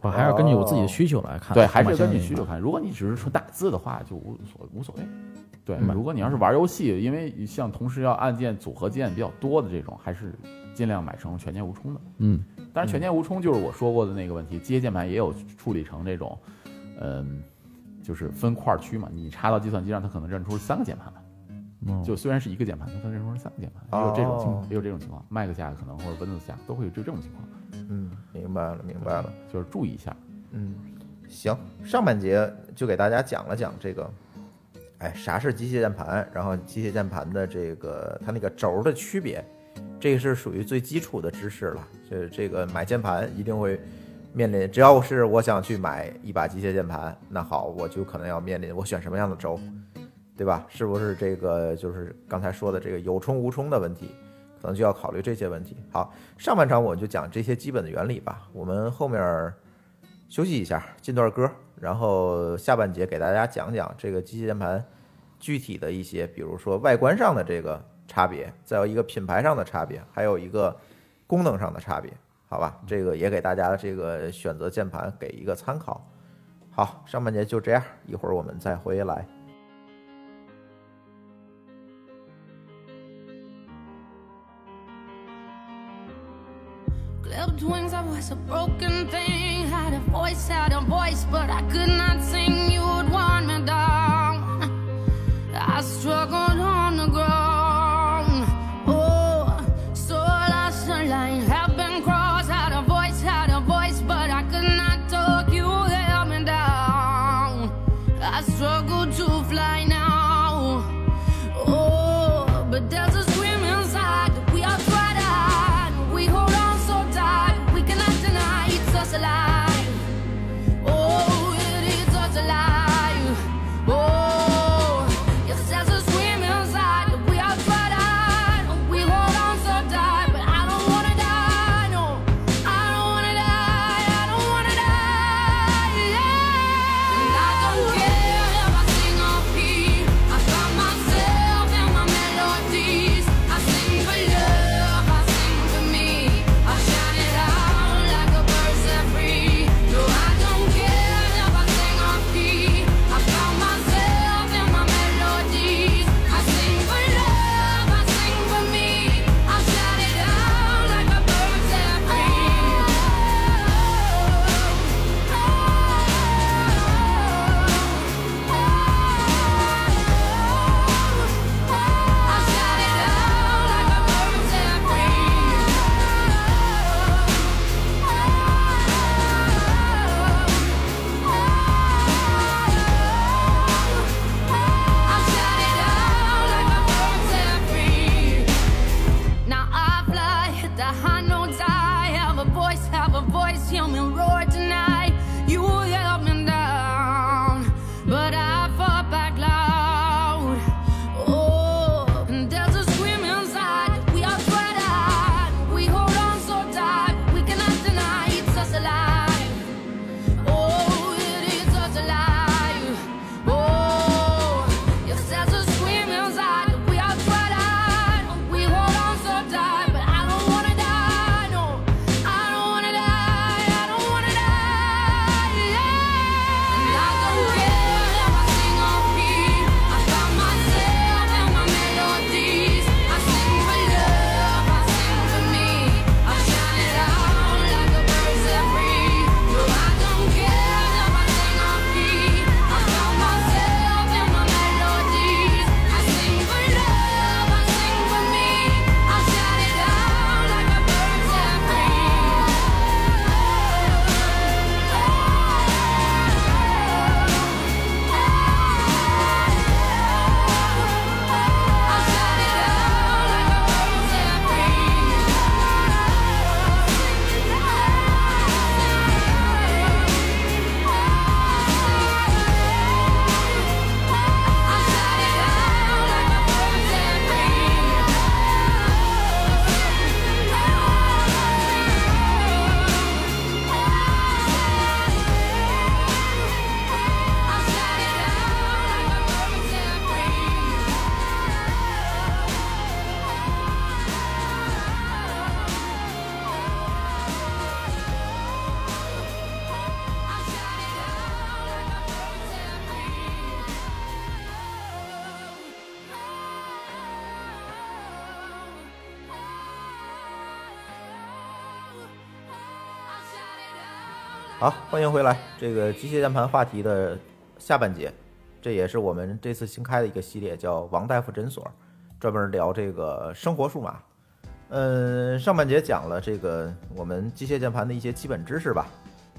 我还是根据我自己的需求来
啊
看，
哦对，还是
我买
根
相
据
应
需求看。如果你只是说打字的话，就无所无所谓。对，
嗯
如果你要是玩游戏，因为像同时要按键组合键比较多的这种，还是尽量买成全键无冲的。
嗯，
但是全键无冲就是我说过的那个问题，机械键盘也有处理成这种，嗯，就是分块区嘛，你插到计算机上，它可能认出三个键盘来。
嗯
就虽然是一个键盘，它可能认出是三个键盘，也有这种情
哦
况，也有这种情况。Mac 下可能或者 Windows 下都会有这种情况，
嗯，明白了，明白了。
就是注意一下。
嗯，行，上半节就给大家讲了讲这个，哎，啥是机械键盘，然后机械键盘的这个它那个轴的区别，这个是属于最基础的知识了。这这个买键盘一定会面临，只要是我想去买一把机械键盘，那好，我就可能要面临我选什么样的轴，对吧？是不是这个就是刚才说的这个有冲无冲的问题？可能就要考虑这些问题。好，上半场我们就讲这些基本的原理吧。我们后面儿休息一下，进段歌，然后下半节给大家讲讲这个机械键盘具体的一些，比如说外观上的这个差别，再有一个品牌上的差别，还有一个功能上的差别，好吧？这个也给大家这个选择键盘给一个参考。好，上半节就这样，一会儿我们再回来。
Clipped wings, I was a broken thing. Had a voice, had a voice, but I could not sing. You would want me down. I struggled on the ground. Oh, so lost a line. Have been crossed, had a voice, had a voice, but I could not talk. You held me down. I struggle to fly now. Oh, but there's a scream inside. We are trying to hide. We hold on so tight. We cannot deny it's us alive. Oh, it is us alive. Oh, yes, there's a scream Oh, Oh, Oh,
好，欢迎回来。这个机械键盘话题的下半节，这也是我们这次新开的一个系列，叫“王大夫诊所”，专门聊这个生活数码。嗯，上半节讲了这个我们机械键盘的一些基本知识吧，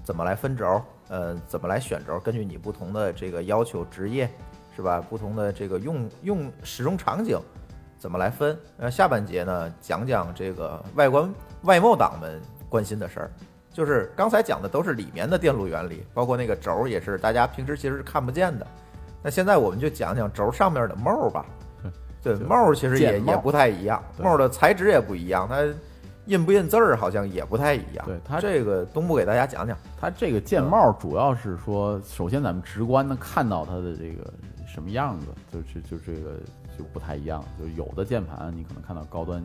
怎么来分轴，呃，怎么来选轴，根据你不同的这个要求、职业是吧，不同的这个用用使用场景，怎么来分。呃，下半节呢，讲讲这个外观外贸党们关心的事儿。就是刚才讲的都是里面的电路原理，包括那个轴也是大家平时其实是看不见的。那现在我们就讲讲轴上面的帽儿吧。对，
就
帽儿其实也
键帽
也不太一样，
对
帽儿的材质也不一样，它印不印字儿好像也不太一样。
对它
啊这个东部给大家讲讲。
它这个键帽主要是说，首先咱们直观的看到它的这个什么样子，就是就这个就不太一样。就有的键盘你可能看到高端，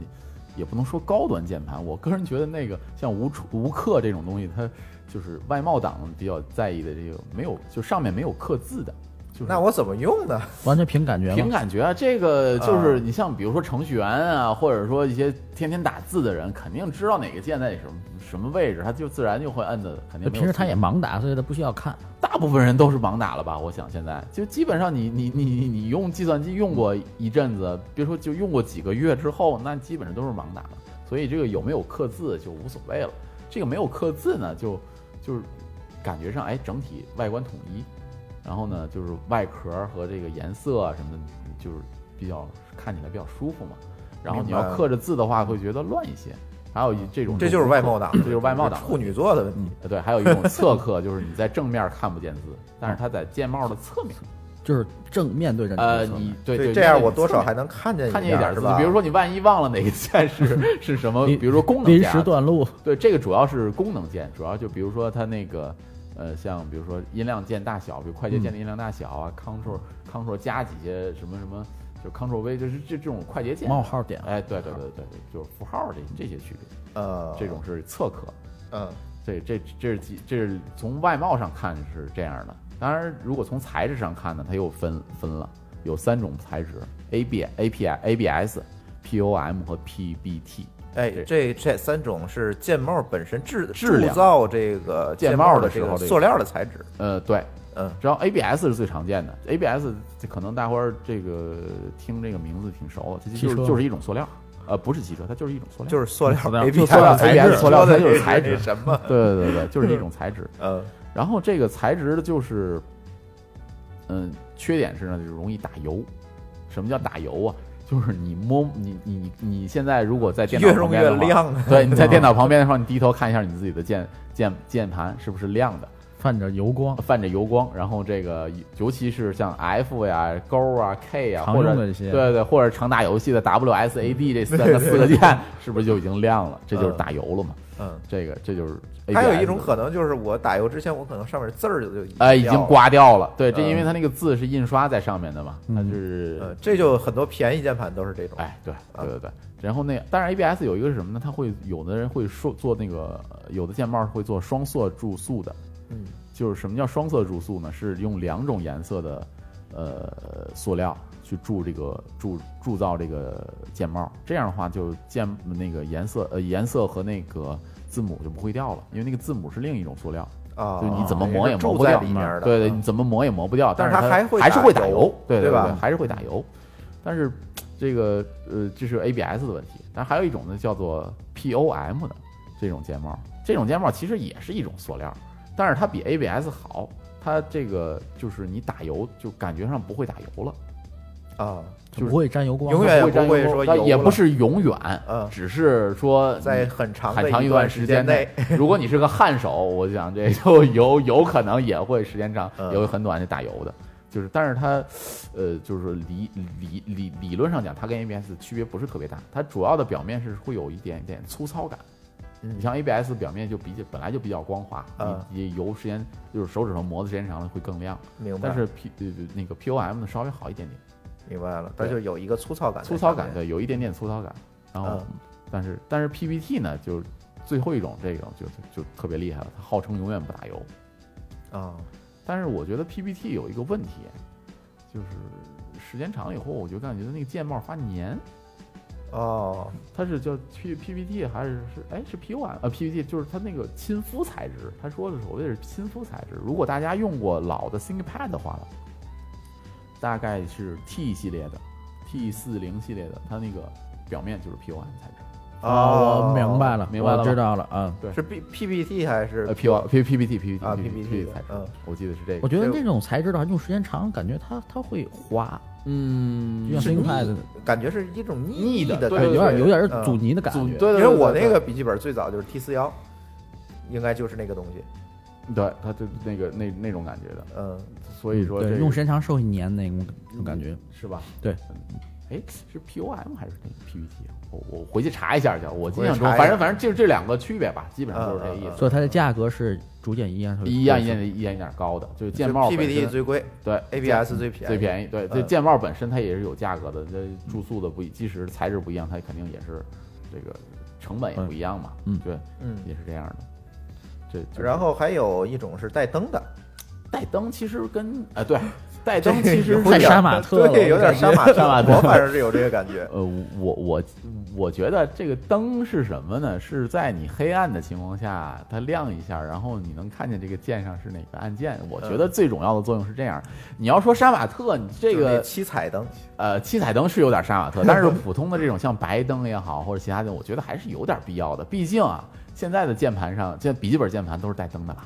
也不能说高端键盘，我个人觉得那个像无触无刻这种东西，它就是外贸党比较在意的这个没有，就上面没有刻字的，就是
那我怎么用呢？
完全凭感觉
凭
嘛。
感觉啊，这个就是
啊
你像比如说程序员啊，或者说一些天天打字的人，肯定知道哪个键在什么什么位置，他就自然就会摁的，肯定没有
平时他
错
也盲打，所以他不需要看。
大部分人都是盲打了吧？我想现在就基本上你你你你你用计算机用过一阵子，别说就用过几个月之后，那基本上都是盲打了。所以这个有没有刻字就无所谓了。这个没有刻字呢，就就是感觉上哎整体外观统一，然后呢就是外壳和这个颜色啊什么的，就是比较看起来比较舒服嘛。然后你
明白
要
了嗯
刻着字的话，会觉得乱一些。还有一这种
这就是外贸党，
嗯这就是外贸党
处女座的问题。
呃，对，还有一 种侧刻，就是你在正面看不见字，但是它在键帽的侧面，
就是正面对着你
呃，
的侧面
你对对，
这样
你在
我多少
侧
还能看见
面看见
一
一
点
点
儿
字
是吧？，
比如说你万一忘了哪个键 是是什么，比如说功能
临
键
时
啊，
断路，
对，这个主要是功能键，主要就比如说它那个。呃，像比如说音量键大小，比如快捷
嗯
键的音量大小啊、c t r l Ctrl 加几些什么什么，就 Ctrl V，就是这这种快捷键。
冒号点
哎，对对对对对，就是符号这这些区别，
呃，
这种是侧刻。
嗯，
对，这这是几，这是从外貌上看是这样的。当然，如果从材质上看呢，它又分分了，有三种材质：A B A P I A B S、P O M 和 P B T。
哎，
对
这这三种是键帽本身制
质量
铸造这个
键
帽
帽的
这
时
个
候这个
塑料的材质，
呃，对，
嗯，
然后 A B S 是最常见的，A B S 可能大伙儿这个听这个名字挺熟的，它就
汽
是
车
就是一种塑料，呃，不是汽车，它就是一种塑料，
就是塑料
塑料
A
就
P
塑料材质塑料材质
是
材 质
什么？
对对对对，就是一种材质。
嗯
然后这个材质的就是，嗯，缺点是呢，就是容易打油。什么叫打油啊？就是你摸你你你你现在如果在电脑
越
旁
用
边
越
的话，
亮。
对，你在电脑旁边的话，你低头看一下你自己的键键键盘是不是亮的，
泛着油光，
泛着油光。然后这个尤其是像 F 呀、勾啊、K 呀，
常
或者
用的这些
对对，或者常打游戏的 WSAD 这三个四个键，是不是就已经亮了？这就是打油了嘛？
嗯，
这个这就是 ABS
还有一种
的
可能就是我打油之前，我可能上面字儿就就
呃，已
掉
经
了。
刮掉了。对，这
嗯
因为它那个字是印刷在上面的嘛，它就
嗯
是，，
这就很多便宜键盘都是这种。
哎，对，
啊
对对对。然后那当然 ABS 有一个是什么呢？它会有的人会说做那个，呃有的键帽会做双色注塑的。
嗯，
就是什么叫双色注塑呢？是用两种颜色的呃塑料去铸这个铸铸造这个键帽，这样的话就键那个颜色呃颜色和那个字母就不会掉了，因为那个字母是另一种塑料。
啊，
就你怎么磨也磨
住
不
在
掉
里面的。
对对，
嗯
你怎么磨也磨不掉，
但是
是它
它还会
还是
打
会打
油
油，对
对吧
对，还是会打油。但是这个呃，这是 ABS 的问题。但还有一种呢，叫做 POM 的这种键帽，这种键帽其实也是一种塑料，但是它比 ABS 好，它这个就是你打油就感觉上不会打油了。
啊，
就不会沾油光。
永远也
不沾
不会
油
说
但
油
也
了
不是永远，
嗯
只是说
在
你
很长的
嗯很长
一
段
段
时
间
内， 如果你是个汗手，我想这就有有可能也会时间长
嗯
也会很短就打油的，就是但是它，呃，就是说理理理理论上讲，它跟 ABS 区别不是特别大，它主要的表面是会有一点点粗糙感。
嗯
你像 ABS 表面就比较本来就比较光滑，
嗯
你你油时间就是手指头磨的时间长了会更亮，
明白。
但是 P 呃那个 POM 呢稍微好一点点。
明白了，它就有一个粗糙感在上
粗
面，
糙感，对，有一点点粗糙感。然后，
嗯
但是但是 PPT 呢，就是最后一种这个就就就特别厉害了，它号称永远不打油。
啊，
但是我觉得 PPT 有一个问题，就是时间长了以后，我就感觉那个键帽发粘。
哦，
它是叫 P P P T 还是是哎是 P U M 啊 P P T 就是它那个亲肤材质，它说的所谓的是亲肤材质。如果大家用过老的 ThinkPad 的话，大概是 T 系列的 T 四零系列的，它那个表面就是 P U M 材质。
啊，我明白
了，
了，
哦明白了吧
我知道了啊。
对，
哦是 P P P T 还是
呃 P U P P P T P P T
啊
P
PPT 的
材质
嗯，
我记得是这
我
个。
觉得那种材质的话，用时间长，感觉它它会滑，
嗯
就像
是腻
ThinkPad
感觉是一种
腻
腻
的
的
对
感觉，
有点有点
嗯
阻尼的感
阻
觉。
对
因
对对
为我
对
那个笔记本最早就是 T 四幺，应该就是那个东西。
对它就那个那那种感觉的，
嗯，
所以说这
对，
个
用时间长是会粘那种那种感觉。
是吧？
对
嗯，哎，是 P O M 还是那个 P P T？我我回去查一下去。我印象
回
中
去查一下
反正反正就这两个区别吧，基本上都是这个意
嗯嗯
思。
所以它的价格是逐渐一样，
一样一件一件一件高的，就是键帽
P
本
P T
身
最贵
对
，A B
键
S 最便宜，
最便宜，对，这
嗯
键帽本身它也是有价格的，这注塑的不一，即使材质不一样，它肯定也是这个成本也不一样嘛，
嗯
对，
嗯，
也是这样的。这就是
然后还有一种是带灯 的，
带灯其实跟啊对，带灯
这
其实
有
太
点
杀马特了，
对，有点杀马特。
杀马特
我反正是有这个感觉。
呃，我我我觉得这个灯是什么呢？是在你黑暗的情况下，它亮一下，然后你能看见这个键上是哪个按键。我觉得最重要的作用是这样。你要说杀马特，你
嗯
这
就是那
个
七彩灯，
呃七彩灯是有点杀 马特，但是普通的这种像白灯也好，或者其他的，我觉得还是有点必要的。毕竟啊，现在的键盘上，现在笔记本键盘都是带灯的吧？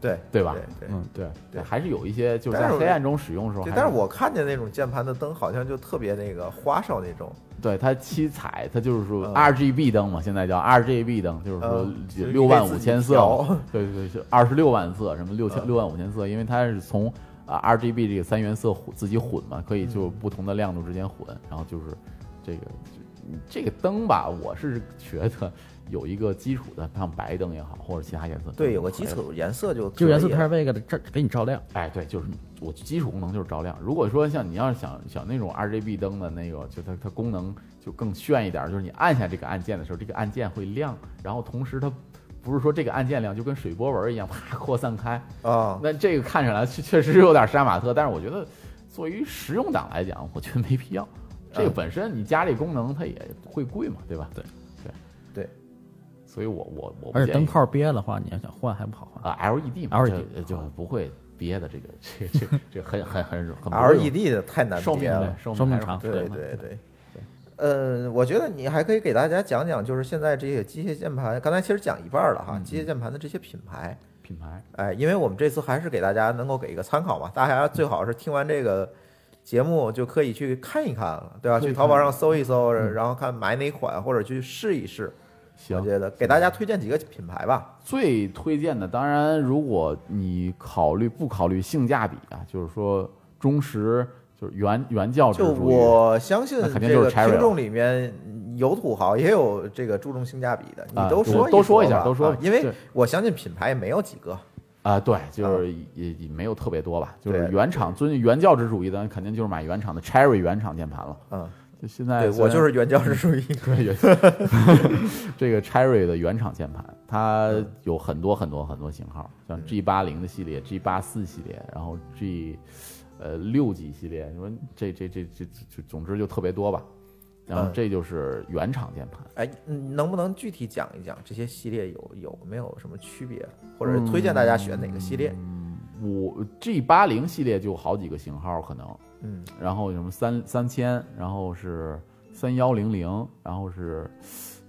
对
对吧
对，
嗯
对
对
还是有一些就是在
但是我
黑暗中使用的时候还
对
是，
但是我看见那种键盘的灯好像就特别那个花哨那种，
对它七彩，它就是说
嗯
R G B 灯嘛，现在叫 R G B 灯，就是说
嗯就是
六万五
你可以
千
自己
色
调
嘛，对对对，是二十六万色，什么六千
嗯
六万五千色，因为它是从啊 R G B 这个三原色混自己混嘛，
嗯
可以就不同的亮度之间混，然后就是这个这个灯吧，我是觉得有一个基础的，像白灯也好，或者其他颜色，
对，有个基，础颜色就
就
可
颜色
以
太为了这给你照亮。
哎，对，就是我基础功能就是照亮。如果说像你要是想想那种 RGB 灯的那个，就它它功能就更炫一点儿，就是你按下这个按键的时候，这个按键会亮，然后同时它不是说这个按键亮，就跟水波纹一样啪 扩散开。
啊，
那这个看上来确确实有点杀马特，但是我觉得作为实用党来讲，我觉得没必要。这个本身你加这功能它也会贵嘛，对吧？对对
对，
所以我我我不
而且
建
灯
议
泡憋的话，你要想换还不好换。
啊 LED 嘛
LED
这呃就不会憋的这个 这个这个这个很很很很不会有
LED 的 E 太难
寿命
编了
对，寿
寿命
还是
长
对
对
嘛
对对。呃，我觉得你还可以给大家讲讲，就是现在这些机械键盘，刚才其实讲一半儿了
嗯
哈，机械键盘的这些品牌，
品牌
哎，因为我们这次还是给大家能够给一个参考嘛，大家最好是听完这个节目就可以去看一看了，对吧？
可以
去
看嗯
淘宝上搜一搜，然后看买哪款或者去试一试。我
行。
觉得给大家推荐几个品牌吧。
最推荐的，当然如果你考虑不考虑性价比啊，就是说忠实就是原原教旨
就
主义。
我相信
那肯定
这
就
个
是 Cherry
听众里面嗯有土豪，也有这个注重性价比的，你
啊
都
对
说
都
说
说一下
吧
都说
啊因为
对
我相信品牌没有几个，
啊、对，就是也也没有特别多吧，就是
对
原厂遵原教旨主义的，肯定就是买原厂的 Cherry 原厂键盘了。
嗯，
就现在
对我
虽然
就是原教旨主义，
对， 有这个 Cherry 的原厂键盘，它有很多很多很多型号，像 G 八零的系列、G 八四系列，然后 G 呃六级系列，什么这这这这这，总之就特别多吧。然后
嗯
这就是原厂键盘，
哎，嗯能不能具体讲一讲这些系列有有没有什么区别，或
嗯
者推荐大家选哪个系列？
我 G 八零系列就好几个型号可能，
嗯，
然后有什么三三千，然后是三幺零零，然后是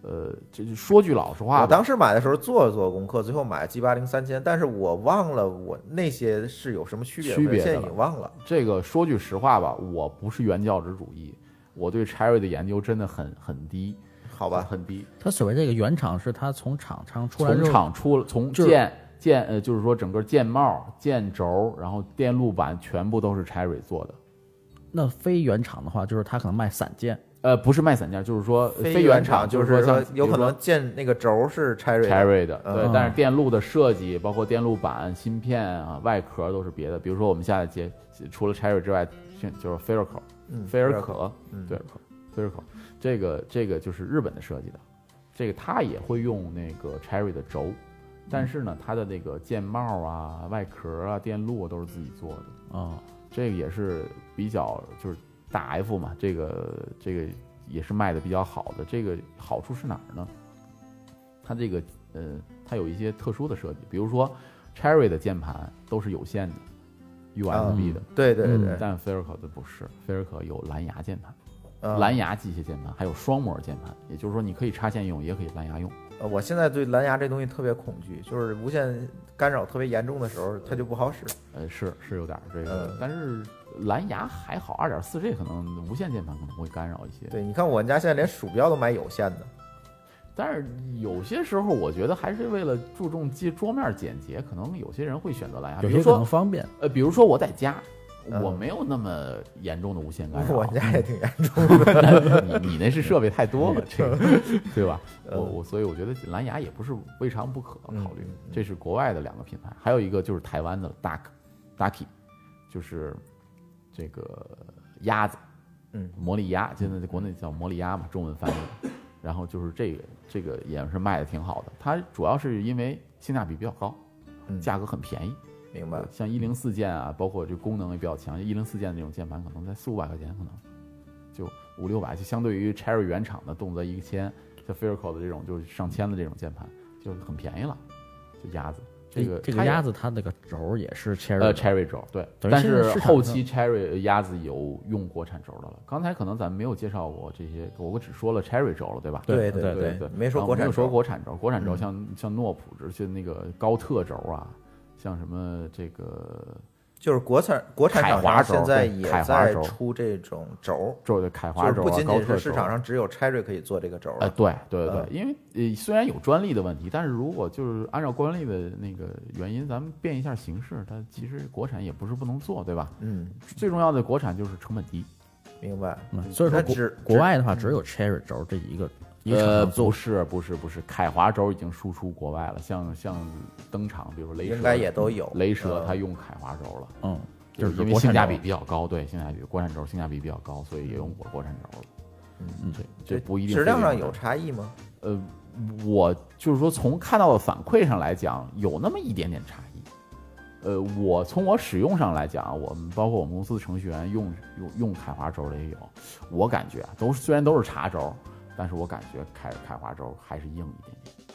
呃，这就说句老实话
我
吧，
当时买的时候做了做功课，最后买 G 八零三千，但是我忘了我那些是有什么区别，
区别
我现在
的
已
了
经忘了。
这个说句实话吧，我不是原教旨主义，我对 Cherry 的研究真的很很低，
好吧，
很低。
它所谓这个原厂是它从厂商出来
从
之后，
厂出了，从
就是
键键呃，就是说整个键帽、键轴，然后电路板全部都是 Cherry 做的。
那非原厂的话，就是它可能卖散件，
呃，不是卖散件，就是说非
原
原厂，
就是
说像
有可能
比
见那个轴是 Cherry
如说
的
Cherry 的，
嗯
对，但是电路的设计，包括电路板、芯片啊、外壳都是别的。比如说我们下一节除了 Cherry 之外，就是 f e r r c o
嗯
菲尔
可，
可，
嗯
对，菲尔可，这个这个就是日本的设计的，这个它也会用那个 Cherry 的轴，但是呢，它的那个键帽啊、外壳啊、电路啊都是自己做的，
哦，
这个也是比较就是大 F 嘛，这个这个也是卖的比较好的。这个好处是哪儿呢？它这个呃，它有一些特殊的设计，比如说 Cherry 的键盘都是有线的，USB 的，
对对
嗯
对，
但菲尔可的不是，菲尔可有蓝牙键盘、
嗯
蓝牙机械键盘，还有双模键盘，也就是说你可以插线用，也可以蓝牙用。
呃我现在对蓝牙这东西特别恐惧，就是无线干扰特别严重的时候，它就不好使。
呃，是是有点儿这个
嗯，
但是蓝牙还好，二点四 G 可能无线键盘可能会干扰一些。
对，你看我们家现在连鼠标都买有线的，
但是有些时候，我觉得还是为了注重接桌面简洁，可能有些人会选择蓝牙。啊比
有
如
些可能
说，
方便，
呃，比如说我在家，
嗯
我没有那么严重的无线干
我
扰
们。家也挺严重。
你你那是设备太多了，这个 对吧？
嗯
我我所以我觉得蓝牙也不是未尝不可
嗯
考虑
嗯嗯。
这是国外的两个品牌，还有一个就是台湾的 Duck Ducky，就是这个鸭子，
嗯
魔力鸭，现在在国内叫魔力鸭嘛，中文翻译。然后就是这个这个也是卖的挺好的，它主要是因为性价比比较高，
嗯
价格很便宜。
明白了，
像一零四键啊，包括这功能也比较强，一零四键这种键盘可能在四五百块钱，可能就五六百，就相对于 Cherry 原厂的动辄一千，像 f i r c o 的这种就是上千的这种键盘，就很便宜了。就鸭子，这个
这
它
个
也
鸭子它那个轴也是 cherry，的
呃 Cherry 轴对，
等于
但
现在
是
市场
后期 Cherry 鸭子有用国产轴的了。刚才可能咱们没有介绍过这些，我只说了 Cherry 轴了，对吧？
对
对
对
对
对，
没说
然后
国
没
产
有说
轴，
国产轴，国产轴
嗯
像像诺普轴，像那个高特轴啊，像什么这个
就是国产国产厂
凯华
商现
轴
在
对
也
凯华
在
轴
出这种轴，
轴的凯
就
华
是
轴
不
啊，
仅
高
仅
特
是
轴
市场上只有 Cherry 可以做这个轴
呃，
了。
对对对
嗯，
因为呃虽然有专利的问题，但是如果就是按照专利的那个原因，咱们变一下形式，它其实国产也不是不能做，对吧？
嗯，
最重要的国产就是成本低，
明白。
嗯所以说
它只
国国外的话只有 cherry 轴这一个一个厂
嗯呃，
商做
不是不是不是，凯华轴已经输出国外了，像像登场，比如说雷蛇，
应该也都有
雷蛇
嗯
它用凯华轴了，
嗯，就是
因为
国
性
产
价
轴
比比较高，对，性价比国产轴性价比比较高，所以也用我国产轴了。
嗯，
这这不一定
质量
非得
上
用
有
它
差异吗？
呃，我就是说从看到的反馈上来讲，有那么一点点差异。呃，我从我使用上来讲，我们包括我们公司的程序员用用用凯华轴的也有，我感觉啊，都是虽然都是茶轴，但是我感觉凯凯华轴还是硬一点点，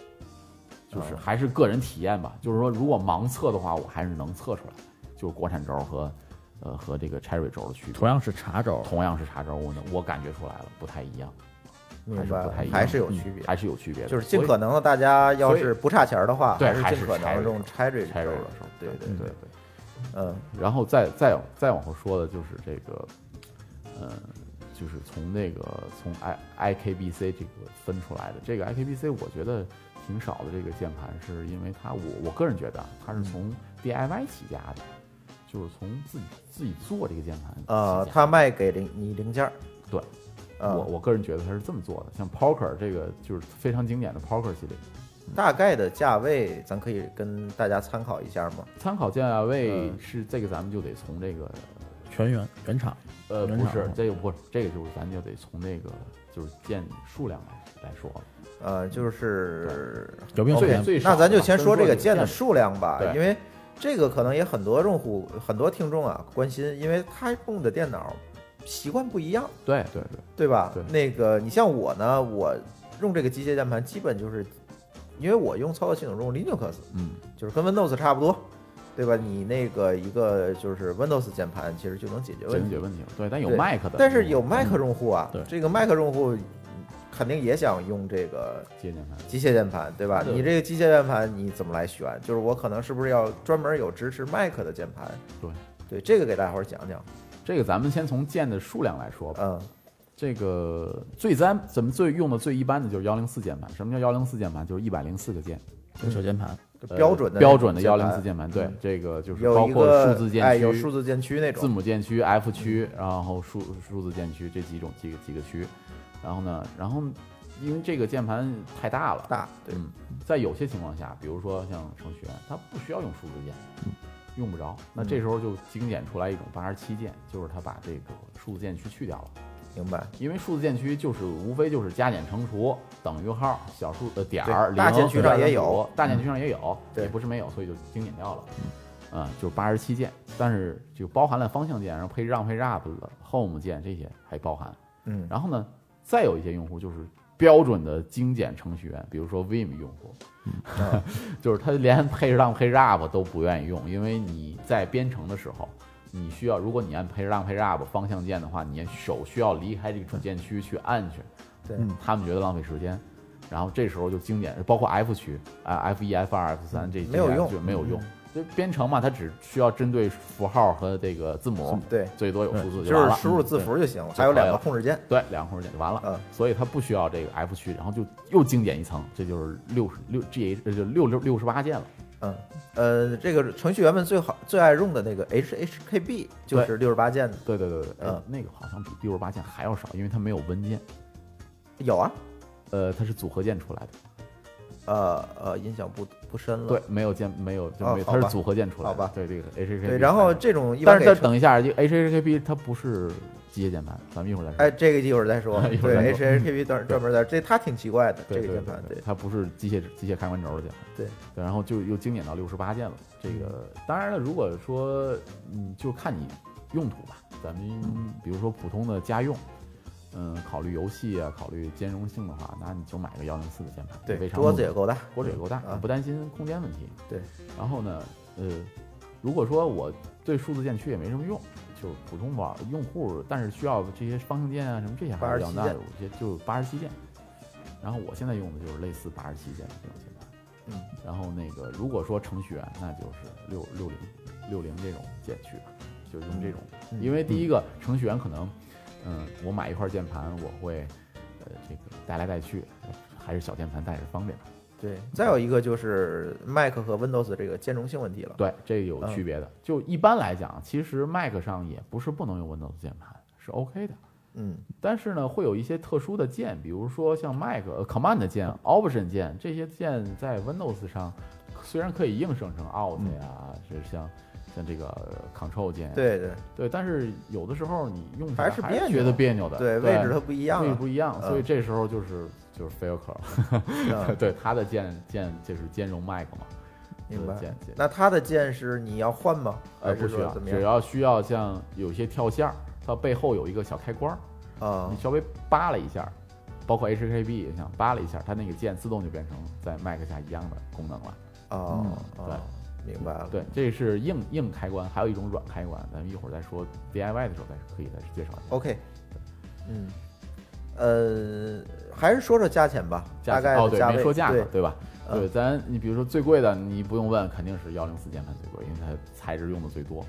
就是
啊
还是个人体验吧。就是说，如果盲测的话，我还是能测出来，就是国产轴和呃和这个 Cherry 轴的区别。
同样是茶轴，
同样是茶轴，我能我感觉出来了，不太一样，还
明
是
白
不
了
太一，样，
还是有区别
嗯。还是有区别的，
就是尽
所以
可能的，大家要
所
是
以
不差钱儿的话，
对
是
还
尽
是
可能
Cherry
用拆这
拆
这
肉
种
的时候，
对对
对
对，
对。
嗯，
然后再再往再往后说的就是这个，呃，就是从那个从 I I K B C 这个分出来的这个 I K B C，我觉得挺少的这个键盘，是因为它我我个人觉得啊
嗯
它是从 D I Y 起家的，就是从自己自己做这个键盘
呃，
起家
他
的
卖给零你零件儿，
对，
嗯
我我个人觉得它是这么做的，像 Poker 这个就是非常经典的 Poker 系列，
大概的价位，咱可以跟大家参考一下吗？
参考价位
嗯
是这个，咱们就得从这个
全原原厂，
呃，
原
不
厂
是
吗，
这个不是，这个就是咱就得从那个就是键数量来来说了。
呃，就是
有病
最
最
最少
那咱就
吧
先说这个键
键
的数量吧，
对
因为这个可能也很多用户、很多听众啊关心，因为他用的电脑习惯不一样，
对对对，
对吧？
对
那个你像我呢，我用这个机械键盘，基本就是因为我用操作系统中 Linux，
嗯，
就是跟 Windows 差不多，对吧？你那个一个就是 Windows 键盘，其实就能解决问
解
题
决。问题了。嗯对，但有
对
Mac 的，
但是有 Mac 用户啊，
对
这个 Mac 用户肯定也想用这个
接键盘，
机械键盘，对吧？
对
你这个机械键盘你怎么来选？就是我可能是不是要专门有支持 Mac 的键盘？
对，
对，这个给大伙儿讲讲。
这个咱们先从键的数量来说吧。
嗯
这个最咱咱们最用的最一般的就是幺零四键盘。什么叫幺零四键盘？就是一百零四个键，
手键盘，
就
呃
标准的
标准的
那
幺
种
零四
键
键盘。对
嗯，
这个就
盘，
是包
有一
括
个
数字
哎，
键
有
区
数、字键区那种
字母键区、F 区，然后数数字键区这几种几个几个区。然后呢，然后因为这个键盘太大了，
大，对，
嗯，在有些情况下，比如说像程序员，他不需要用数字键，用不着。那这时候就精简出来一种八十七键，就是他把这个数字键区去掉了，
明白。
因为数字键区就是无非就是加减乘除、等于号、小数呃点
对
儿、零
大键区上也有嗯
小数大键区上也有，
对
也不是没有，所以就精简掉了。嗯，就是八十七键，但是就包含了方向键，然后配置让配置 up、home 键这些还包含。
嗯，
然后呢，再有一些用户就是标准的精简程序员，比如说 Vim 用户，
嗯
就是他连 PageRank、PageUp 都不愿意用，因为你在编程的时候，你需要如果你按 PageRank、PageUp 方向键的话，你手需要离开这个主键区去按去，
对
他们觉得浪费时间。然后这时候就经典，包括 F 区啊、f 一、F 二、F 三这
嗯没有用嗯
就没有用。就编程嘛，它只需要针对符号和这个字母，
对，
最多有数字
就
完
是
了嗯
输入字符就行了，还有两个控制键。
对，两个控制键就完了。
嗯
所以它不需要这个 F 区，然后就又精简一层，这就是六十六 G H 呃就六六六十八键了。
嗯，呃，这个程序员们最好最爱用的那个 HHKB 就是六十八键的，
对对对对，哎
嗯
那个好像比六十八键还要少，因为它没有文件，
有啊，
呃，它是组合键出来的。
呃呃，印象不不深了。
对，没有键，没有就
哦
没有，
好
它是
吧
组合键出来的。
好吧
对这个 H H
对，然后这种一般
但是
给
再
程
等一下，就 H H K P 它不是机械键盘，咱们一会儿再说。
哎，这个一会儿再说
一。会儿再
对
说嗯
，HHKB 专专门的，这它挺奇怪的，这
对
个
对
键
对
盘，对
对，它不是机械机械开关轴的键盘。
对
对，然后就又精简到六十八键了。这个当然了，如果说嗯，就看你用途吧。咱
嗯
们比如说普通的家用，嗯，考虑游戏啊，考虑兼容性的话，那你就买个幺零四的键盘，非
对，
常
桌子也够大，
锅子也够大，
啊
不担心空间问题。
对，
然后呢，呃，如果说我对数字键区也没什么用，就普通玩用户，但是需要这些方向键啊什么这些还是比较
87
大的
键，
我觉得就八十七键。然后我现在用的就是类似八十七键的这种键盘。
嗯，
然后那个如果说程序员，那就是六六零六零这种键区吧，就用这种，
嗯
因为第一个程序员可能，嗯，我买一块键盘，我会，呃，这个带来带去，还是小键盘带着方便。
对，再有一个就是 Mac 和 Windows 这个兼容性问题了。
对，这有
嗯
区别的。就一般来讲，其实 Mac 上也不是不能用 Windows 键盘，是 OK 的。
嗯，
但是呢，会有一些特殊的键，比如说像 Mac、呃 Command 键、Option 键这些键，在 Windows 上虽然可以硬生成
嗯
Alt 呀，是像像这个呃 Control 键，
对对
对，但是有的时候你用起来
还是别扭
觉得别扭的，
对，位置它不一样
位置
啊。
不一样，
嗯
所以这时候就是就是 f a i l c u
嗯
对，它的键键就是兼容 Mac 嘛，
明白
就是键键。
那它的键是你要换吗？
呃，
还
不
是
需
说
要
怎，么
只
样？
要需要像有些跳线儿，它背后有一个小开关儿，
啊
你，稍微扒拉一下儿，包括 HKB 也像扒拉一下儿，它那个键自动就变成在 Mac 下一样的功能了。
哦
嗯
哦，明白了。
对，这是硬硬开关，还有一种软开关，咱们一会儿再说 DIY 的时候再可以再介绍一下。
OK，嗯，呃，还是说说价钱吧，
价
大
钱
概
哦，
的
对，
价
没
位
说价格，对吧？
嗯
对，咱你比如说最贵的，你不用问，肯定是幺零四键盘最贵，因为它材质用的最多，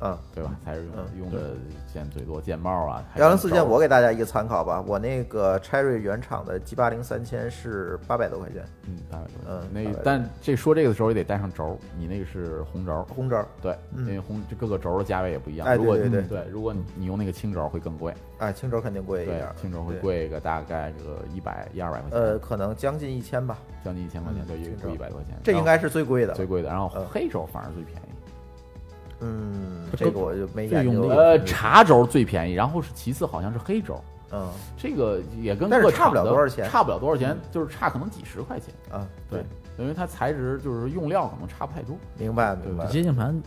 嗯，
对吧？材质用、
嗯
用的键最多，键帽啊，还有
幺零四
轴
键
儿
我给大家一个参考吧，我那个 Cherry 原厂的 G 八零三千是八百多块钱，
嗯，大概
嗯
那
大概
但这说这个的时候也得带上轴儿，你那个是红轴儿，
红轴儿，
对，
嗯
因为红这各个轴儿的价位也不一样。
哎
如果
对对对
如果你你用那个青轴儿会更贵，
哎，青轴肯定贵一
对
点，，
青轴儿会
对。
贵个大概个一百一二百块钱，
呃，可能将近一千吧，
将近一千块钱，
嗯
对，一
青轴
个一百多块钱，
这
然
应
后
该是最贵的了。
最贵的。然后
嗯
黑轴儿反而最便宜，
嗯，
这
这
个
个我就没
最
研
用
究
力
了。
呃，茶轴儿最便宜，然后是其次好像是黑轴儿，
嗯
这个也跟
但是
各
差不了
厂的
多少钱嗯
差不了多少钱，就是差可能几十块钱，
啊，
对，，因为它材质就是用料可能差不太多。
明白明白
机。械键盘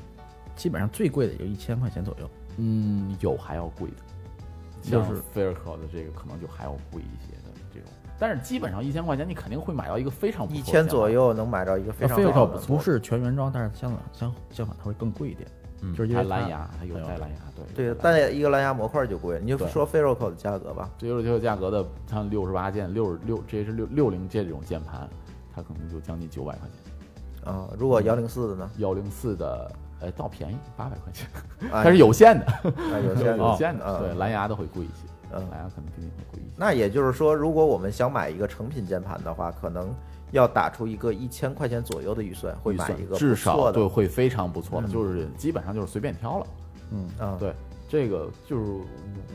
基本上最贵的也就一千块钱左右，
嗯，有还要贵的，
就
像
是
菲尔克的这个可能就还要贵一些的这种，但是基本上一千块钱你肯定会买到一个非常不错
一
的键
千
盘
左，右能买到一个非
那
常
呃非
好
要
的。
不是全原装，但是相反相相反它会更贵一点。
嗯，
就是因
它
为
蓝
它
牙，它有
对
带蓝牙，对
对
有，带蓝牙
但一个蓝牙模块就贵，你就
对
说 f e r o c o 的价格吧。
这就是这个价格的，像六十八键、六十六，这是六六零这种键盘，它可能就将近九百块钱，
啊，如
嗯
果幺零四的呢？
幺零四的。呃，倒便宜，八百块钱，
啊
它是有线的，
啊有
它是
限
有线
啊
的，对，蓝牙的会贵一些，
嗯
蓝牙可能比那会贵一些。
那也就是说，如果我们想买一个成品键盘的话，可能要打出一个一千块钱左右的预算，会
预
买
算
一个
至
不错
少
的嗯
对会非常不错的，就是基本上就是随便挑了。
啊，
对，这个就是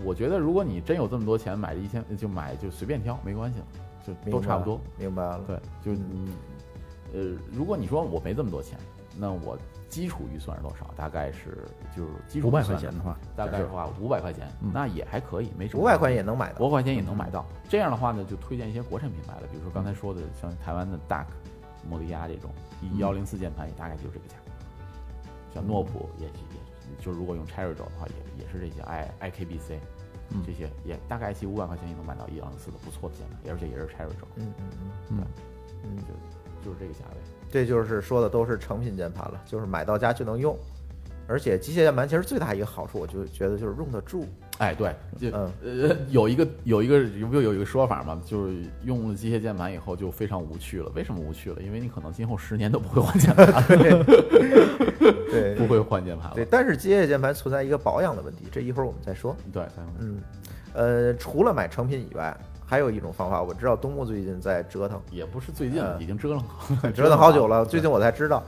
我觉得，如果你真有这么多钱，买一千就买就随便挑，没关系了，就
明
都
白嗯
差不多。，
明白了。
对，就你呃，如果你说我没这么多钱，那我基础预算是多少？大概是就是基础
五
预
百
算
块钱的，话，
大概的话五百块钱，那也还可以，没什
嗯
么。
五百块钱也能买
五
到。
百块钱也能买到。这样的话呢，就推荐一些国产品牌了，比如说刚才说的像台湾的 Duck、摩利亚这种幺零四键盘，也大概就是这个价格。嗯像诺普也也，就如果用 Cherry 轴的话，也也是这些 I IKBC，这些也大概其五百块钱也能买到一两四的不错的键盘，而且也是拆 e 手，
嗯嗯嗯，
就就是这个价位。
这就是说的都是成品键盘了，就是买到家就能用。而且机械键盘其实最大一个好处，我就觉得就是用得住。
哎，对，就、
嗯
呃有一个有一个有不有一个说法嘛，就是用了机械键盘以后就非常无趣了。为什么无趣了？因为你可能今后十年都不会换键盘，
对
不会换键盘了。
对，
对，
但是机械键盘存在一个保养的问题，这一会儿我们再说。
对，
嗯，呃，除了买成品以外，还有一种方法，我知道东木最近在折腾，
也不是最近了，
嗯
已经折腾 好
折腾好久
了。
了，最近我才知道。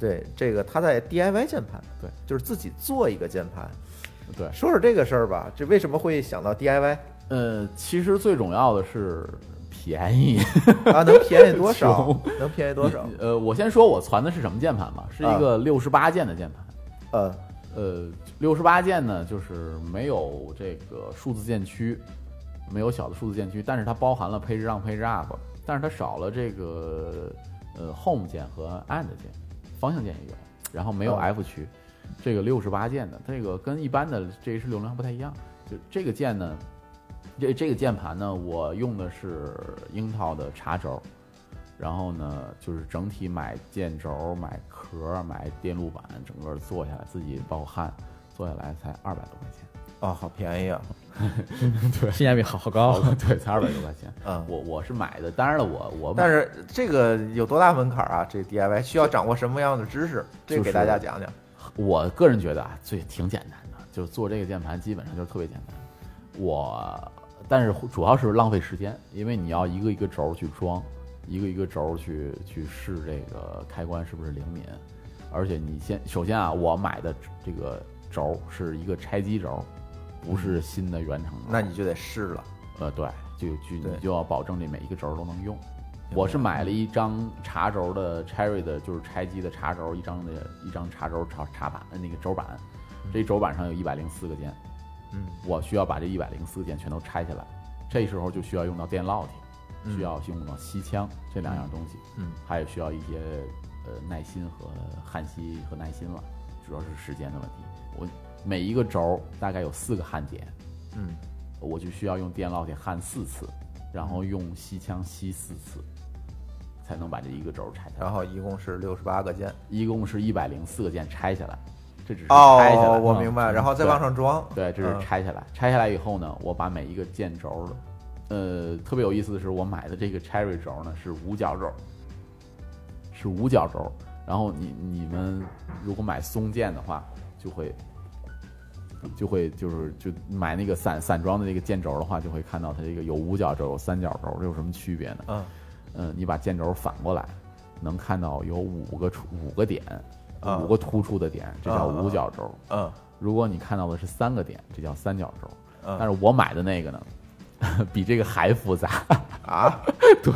对，这个他在 DIY 键盘，
对，
就是自己做一个键盘。
对，
说说这个事儿吧，这为什么会想到 DIY
呃，其实最重要的是便宜。
啊？能便宜多少
穷？
能便宜多少？ 嗯
呃，我先说我攒的是什么键盘吧，是一个六十八键的键盘。
呃，
呃，六十八键呢，就是没有这个数字键区，没有小的数字键区，但是它包含了 Page Down、Page Up，但是它少了这个呃 Home 键和 And 键，方向键也有，然后没有
哦
F 区。这个六十八键的，这个跟一般的 G H 流量不太一样，就这个键呢，这这个键盘呢，我用的是樱桃的茶轴，然后呢，就是整体买键轴、买壳、买电路板，整个做下来自己暴汗，做下来才二百多块钱。
哦，好便宜啊！
性价比好高。
哦
对，才二百多块钱。
嗯
我我是买的，当然了我，我买
但是这个有多大门槛啊？这 DIY 需要掌握什么样的知识？这
就是
给大家讲讲。
我个人觉得啊，最挺简单的，就是做这个键盘基本上就是特别简单。我，但是主要是浪费时间，因为你要一个一个轴去装，一个一个轴去去试这个开关是不是灵敏，而且你先首先啊，我买的这个轴是一个拆机轴，不是新的原厂轴。
那你就得试了。
呃，对，就就
对嗯
你就要保证这每一个轴都能用。我是买了一张茶轴的 Cherry 的，就是拆机的茶轴，一张的一张茶轴茶茶板呃那个轴板，这轴板上有一百零四个键，
嗯，
我需要把这一百零四个键全都拆下来，这时候就需要用到电烙铁，需要用到吸枪这两样东西，
嗯，
还有需要一些呃耐心和焊锡和耐心了，主要是时间的问题。我每一个轴大概有四个焊点，
嗯，
我就需要用电烙铁焊四次，然后用吸枪吸四次，才能把这一个轴拆下来。
然后一共是六十八个键。
一共是一百零四个键拆下来，这只是拆下来。
哦，我明白。
嗯
然后再往上装。
对，这是
嗯
拆下来。拆下来以后呢，我把每一个键轴的，呃，特别有意思的是，我买的这个 Cherry 轴呢是五角轴，是五角轴。然后你你们如果买松键的话，就会就会就是就买那个散散装的那个键轴的话，就会看到它这个有五角轴、有三角轴，这有什么区别呢？
嗯，
嗯，你把箭轴反过来，能看到有五个出五个点，
啊
五个突出的点，这叫五角轴。
嗯
如果你看到的是三个点，这叫三角轴。
嗯
但是我买的那个呢， 比这个还复杂。
啊，
对，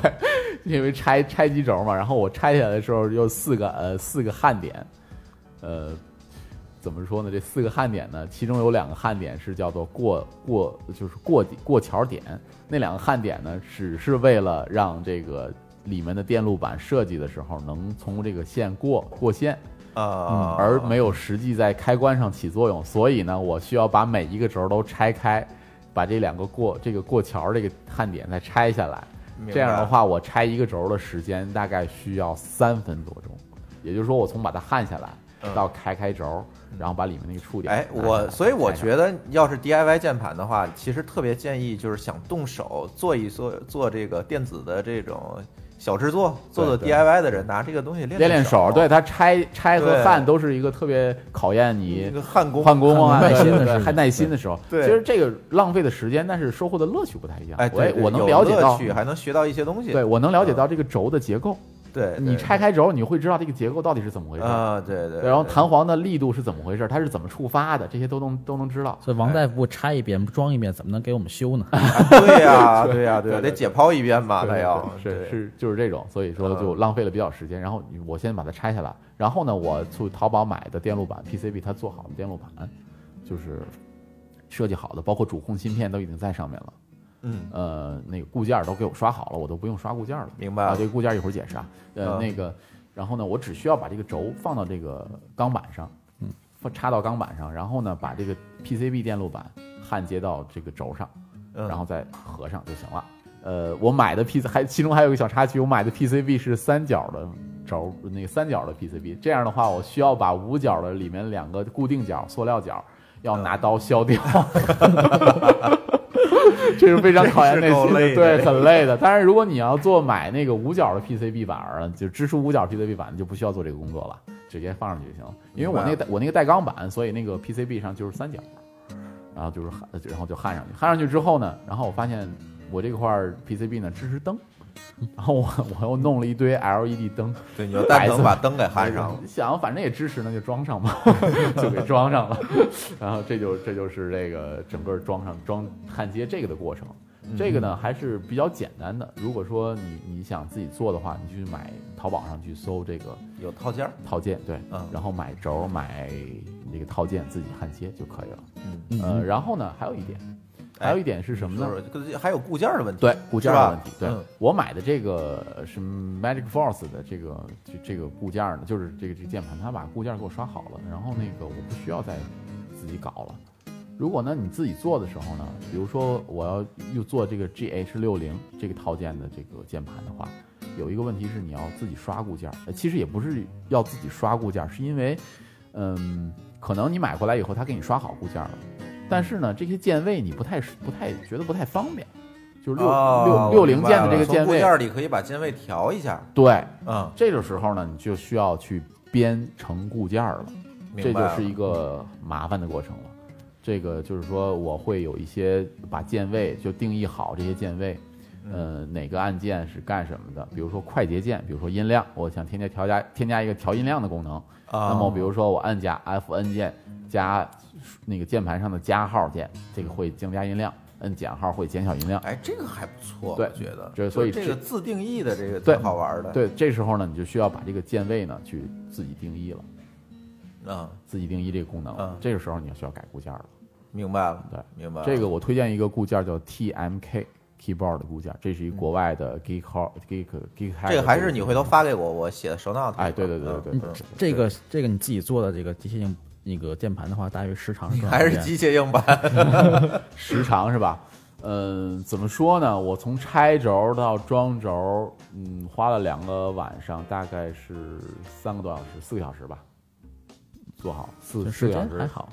因为拆拆机轴嘛，然后我拆下来的时候有四个呃四个焊点，呃，怎么说呢？这四个焊点呢，其中有两个焊点是叫做过过，就是过过桥点，那两个焊点呢，只是为了让这个里面的电路板设计的时候能从这个线过过线。
啊，
而没有实际在开关上起作用，所以呢，我需要把每一个轴都拆开，把这两个过这个过桥这个焊点再拆下来。
明白
这样的话，我拆一个轴的时间大概需要三分多钟，也就是说，我从把它焊下来到开开轴，然后把里面那个触点
嗯哎，
拿下来。
我所以我
拆开
觉得，要是 DIY 键盘的话，其实特别建议就是想动手做一做做这个电子的这种小制作，做做
对
DIY 的人拿这个东西练
练练
手
手，，对它拆拆和
对
焊都是一个特别考验
一
你
个焊工
换工啊，
耐
对
心的
对对
事情
还耐心的时候，
对
其实这个浪费的时间，但是收获的乐趣不太一样。
哎，
我也
对，对
我能
有
了解
乐
到，
趣，啊还能学到一些东西。
对我能了解到这个轴的结构。
啊对，
你
对
拆开轴，你会知道这个结构到底是怎么回事。
啊，对对，
对然后
对
弹簧的力度是怎么回事，它是怎么触发的，这些都能都能知道。
所以王大夫不拆一遍不装一遍，怎么能给我们修 呢？
对呀，对呀，对呀，
对对
得解剖一遍吧，
对
那
对
要
对是
对
是就是这种，所以说
嗯
就浪费了比较时间。然后我先把它拆下来，然后呢，我去淘宝买的电路板 PCB，它做好的电路板，就是设计好的，包括主控芯片都已经在上面了。
嗯，
呃，那个固件儿都给我刷好了，我都不用刷固件儿了。
明白
啊，
了
这。个固件儿一会儿解释啊。呃，
嗯
那个，然后呢，我只需要把这个轴放到这个钢板上，嗯，放插到钢板上，然后呢把这个 PCB 电路板焊接到这个轴上，
嗯
然后再合上就行了。呃，我买的 PC 还其中还有一个小插曲，我买的 PCB 是三角的轴，那个三角的 PCB。这样的话，我需要把五角的里面两个固定角、塑料角要拿刀削掉， 这是非常考验耐
这是够
心
累的
对，很累的。但是如果你要做买那个五角的 PCB 板儿，啊就支持五角 PCB 板，就不需要做这个工作了，直接放上去就行。因为我那个带我那个带钢板，所以那个 PCB 上就是三角。然后就是焊，呃然后就焊上去。焊上去之后呢，然后我发现我这块儿 PCB 呢支持灯，然后我我又弄了一堆 LED 灯，
对，你就单
白色
能把灯给焊上了。
想反正也支持，那就装上吧， 就给装上了。 然后这就这就是这个整个装上装焊接这个的过程。
嗯
这个呢还是比较简单的。如果说你你想自己做的话，你去买淘宝上去搜这个
嗯有套件儿，
套件，对，
嗯
然后买轴买这个套件自己焊接就可以了。
嗯，
呃，然后呢还有一点，还
哎
有一点是什么呢？
就是还有固件儿的问题。
对固件儿的问题
是吧，
对、
嗯
我买的这个是 Magic Force 的这个这这个固件儿呢，就是这个这个键盘，它把固件儿给我刷好了，然后那个我不需要再自己搞了。如果呢你自己做的时候呢，比如说我要又做这个 GH 六零这个套件的这个键盘的话，有一个问题是你要自己刷固件儿，呃其实也不是要自己刷固件儿，是因为，嗯，可能你买过来以后他给你刷好固件儿了，但是呢这些键位你不太不太觉得不太方便，就是六、
哦
六
我
六零
明白
键的
了
这个
从
键
固
位
件，儿里可以把键位调一下。
对，
嗯，
这个时候呢你就需要去编程固件儿了。这
明白
就
了。
是一个麻烦的过程了。这个就是说，我会有一些把键位就定义好这些键位，
嗯
呃，哪个按键是干什么的？比如说快捷键，比如说音量，我想添加调加添加一个调音量的功能。
啊
那么比如说我按加 Fn 键加那个键盘上的加号键，这个会增加音量；摁减号会减小音量。
哎，这个还不错，
对
我觉得。
这所以
就是这
这
个自定义的这个
对
挺好玩的。
对，这时候呢，你就需要把这个键位呢去自己定义了，
嗯，
自己定义这个功能。
嗯
这个时候你就需要改固件了。
明白了，
对
明白了。
这个我推荐一个固件儿叫 TMK keyboard 的固件儿，这是一国外的 geek hall- geek geek hack
嗯这个还是你回头发给我，我写的手脑。
哎对对对对
嗯
对
嗯
这个这个你自己做的这个机械性那个键盘的话，大约时长是多长
还
时
是
嗯
间？
机械硬盘。
时长是吧？嗯，怎么说呢？我从拆轴到装轴，嗯，花了两个晚上，大概是三个多小时，四个小时吧，做好四四
时
个小
间
时
还，好，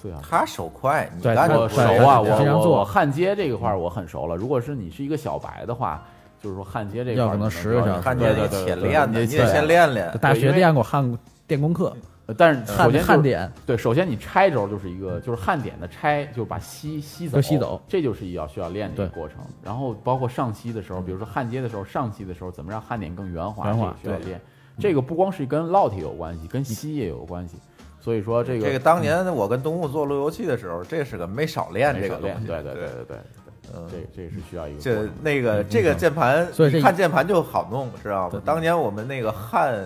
四个小时。
他手快，你
对
干
他
就
我
不
熟
是
啊，
我
我
经常
我
做
我焊接这一块儿我很熟了。如果是你是一个小白的话，就是说焊接这一块
要
儿
可能
你
10个
知道
小时
看
对
见
对
你
对
铁
对
链子，
对
你得先练练。
大
因
学
为
练过焊电工课，
但是
焊
首先
焊
点。
点，
对，首先你拆轴就是一个，就是焊点的拆，就是把吸吸走，
就吸走，
这就是要需要练的一个
对
过程。然后包括上吸的时候，比如说焊接的时候，上吸的时候怎么让焊点更圆滑，
圆滑
这个需要练。这个不光是跟 LOT 有关系，跟吸也有关系。所以说这个
这个当年我跟东木做路由器的时候，这是个没少练
没
这
少
个东
练，
西。
对
对
对对对对，
嗯
这这是需要一个过
这
程
那个这个键盘，
嗯所以这
你看键盘就好弄，知道
对
吗？当年我们那个焊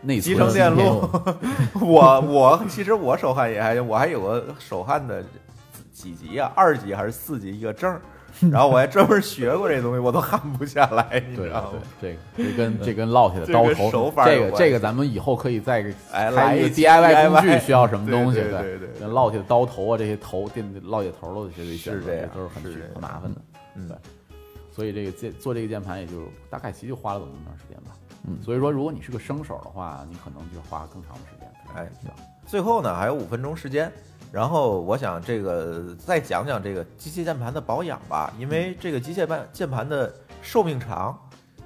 内
集
存
成电
内
路， 我我其实我手焊也还行，我还有个手焊的几级啊，二级还是四级一个 证儿，然后我还专门学过这东西，我都焊不下来，你
啊
对
知道吗
对？，这个 这跟这跟 LOT 的
这
刀
跟
头，
手法有
这个
关
这
系
个咱们以后可以再给
哎
开
来
一
一
个
期
DIY 工具
DIY
需要什么东西，
对对对对
跟 LOT 的刀头啊这些头电烙铁头都得得选
是
择
这样
都是很
是这样
很麻烦的，
嗯
对。所以这个键做这个键盘也就大概其实就花了这么长时间吧，嗯，所以说如果你是个生手的话，你可能就花更长的时间，
哎
这样
最后呢，还有五分钟时间，然后我想这个再讲讲这个机械键盘的保养吧，因为这个机械键键盘的寿命长，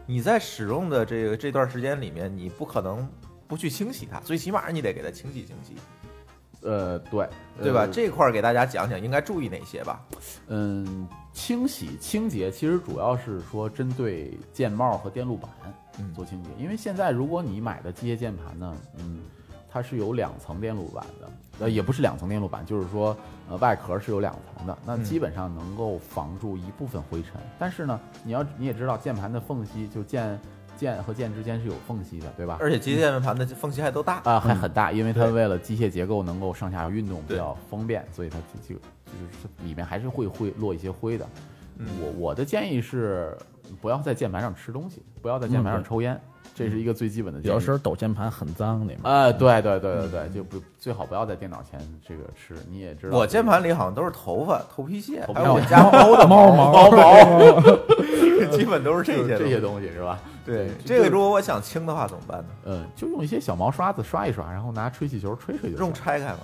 你在使用的这个这段时间里面，你不可能不去清洗它，最起码你得给它清洗清洗，
呃，对，
对吧？
呃
这块儿给大家讲讲应该注意哪些吧。
嗯，清洗清洁其实主要是说针对键帽和电路板
嗯
做清洁，因为现在如果你买的机械键盘呢，嗯，它是有两层电路板的，
嗯
呃，也不是两层电路板，就是说呃外壳是有两层的，那
嗯
基本上能够防住一部分灰尘，但是呢，你要你也知道键盘的缝隙就键键和键之间是有缝隙的，对吧？
而且机械键盘的缝隙还都大，
啊，还很大，因为它为了机械结构能够上下运动比较方便，所以它就就就是里面还是会会落一些灰的。
嗯嗯
我我的建议是，不要在键盘上吃东西，不要在键盘上抽烟，这是一个最基本的建议。
有时候抖键盘很脏，里面
啊，对对对对对，就不最好不要在电脑前这个吃，你也知
嗯
道
我键盘里好像都是头发、头皮屑，
头皮
还
屑
有我家猫 的
猫
毛
毛
毛，基本都是 这
这
些
这
东西。
些东西是吧？
对，这个如果我想清的话怎么办呢？
呃，就用一些小毛刷子刷一刷，然后拿吹气球吹吹就行
用。拆开吗？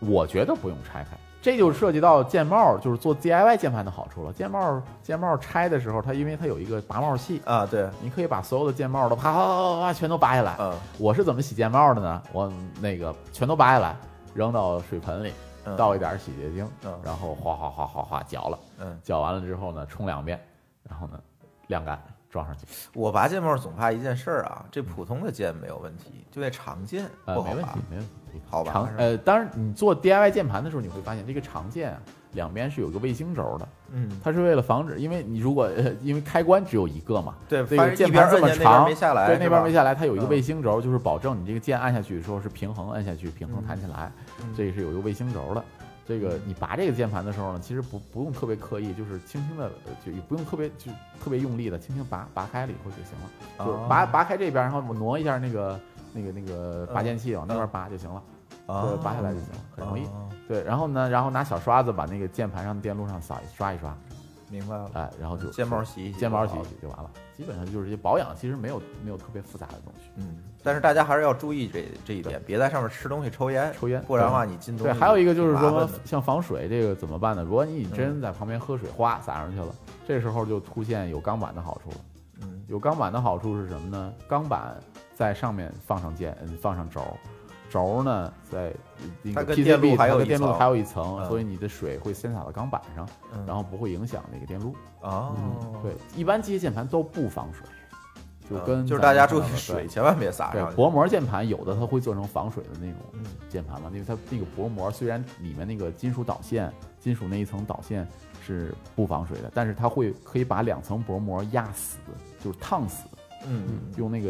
我觉得不用拆开，这就涉及到键帽，就是做 DIY 键盘的好处了。键帽键帽拆的时候，它因为它有一个拔帽器，
啊，对，
你可以把所有的键帽都啪啪啪啪啪全都拔下来。
嗯
我是怎么洗键帽的呢？我那个全都拔下来，扔到水盆里，
嗯
倒一点洗洁精，
嗯
然后哗哗哗哗哗搅了，
嗯，
搅完了之后呢，冲两遍，然后呢晾干，装上去。
我拔键帽总怕一件事儿啊，这普通的键没有问题，就那长键
呃，
不
嗯没
好
问
拔
题，。没问题。
好拔
长
是吧
呃，当然你做 DIY 键盘的时候，你会发现这个长键啊，两边是有个卫星轴的，
嗯，
它是为了防止，因为你如果呃，因为开关只有一个嘛，
对
这
反
个
正
键
一边
盘这
按
么
键那边
长，
没下来
对，
是
那边
吧
没下来，它有一个
嗯
卫星轴，就是保证你这个键按下去说是平衡按下去，平衡弹起来，
嗯
这个是有一个卫星轴的。这个你拔这个键盘的时候呢，其实不不用特别刻意，就是轻轻的，就也不用特别就特别用力的，轻轻拔拔开了以后就行了，就是拔
哦
拔开这边，然后我挪一下那个那个那个拔
嗯
键器往那边
嗯
拔就行了，
啊
对，拔下来就行了，很容易。
哦
对，然后呢，然后拿小刷子把那个键盘上的电路上扫一刷一刷，
明白了。
哎，然后就
键帽洗一洗，
键帽洗一洗就完了。基本上就是一些保养，其实没有没有特别复杂的东西。
嗯，但是大家还是要注意这这一点，别在上面吃东西、抽烟，
抽烟
不然的话你进东
对，
西
还有一个就
挺
是
麻
说
烦的，嗯
像防水这个怎么办呢？如果你真在旁边喝水，哗洒上去了，这时候就出现有钢板的好处了。
嗯，
有钢板的好处是什么呢？钢板在上面放上键，嗯，放上轴，轴呢在那
它
个
跟
PCB
电路还有
它
一
跟电路
层
还有一层，
嗯
所以你的水会先洒到钢板上，
嗯
然后不会影响那个电路。
哦，
对，一般机械键盘都不防水，就跟、
嗯就是大家注意水，。千万别洒
对
上，去。
薄膜键盘有的它会做成防水的那种
嗯
键盘嘛，因为它那个薄膜虽然里面那个金属导线、金属那一层导线是不防水的，但是它会可以把两层薄膜压死，就是烫死，
嗯，
用那个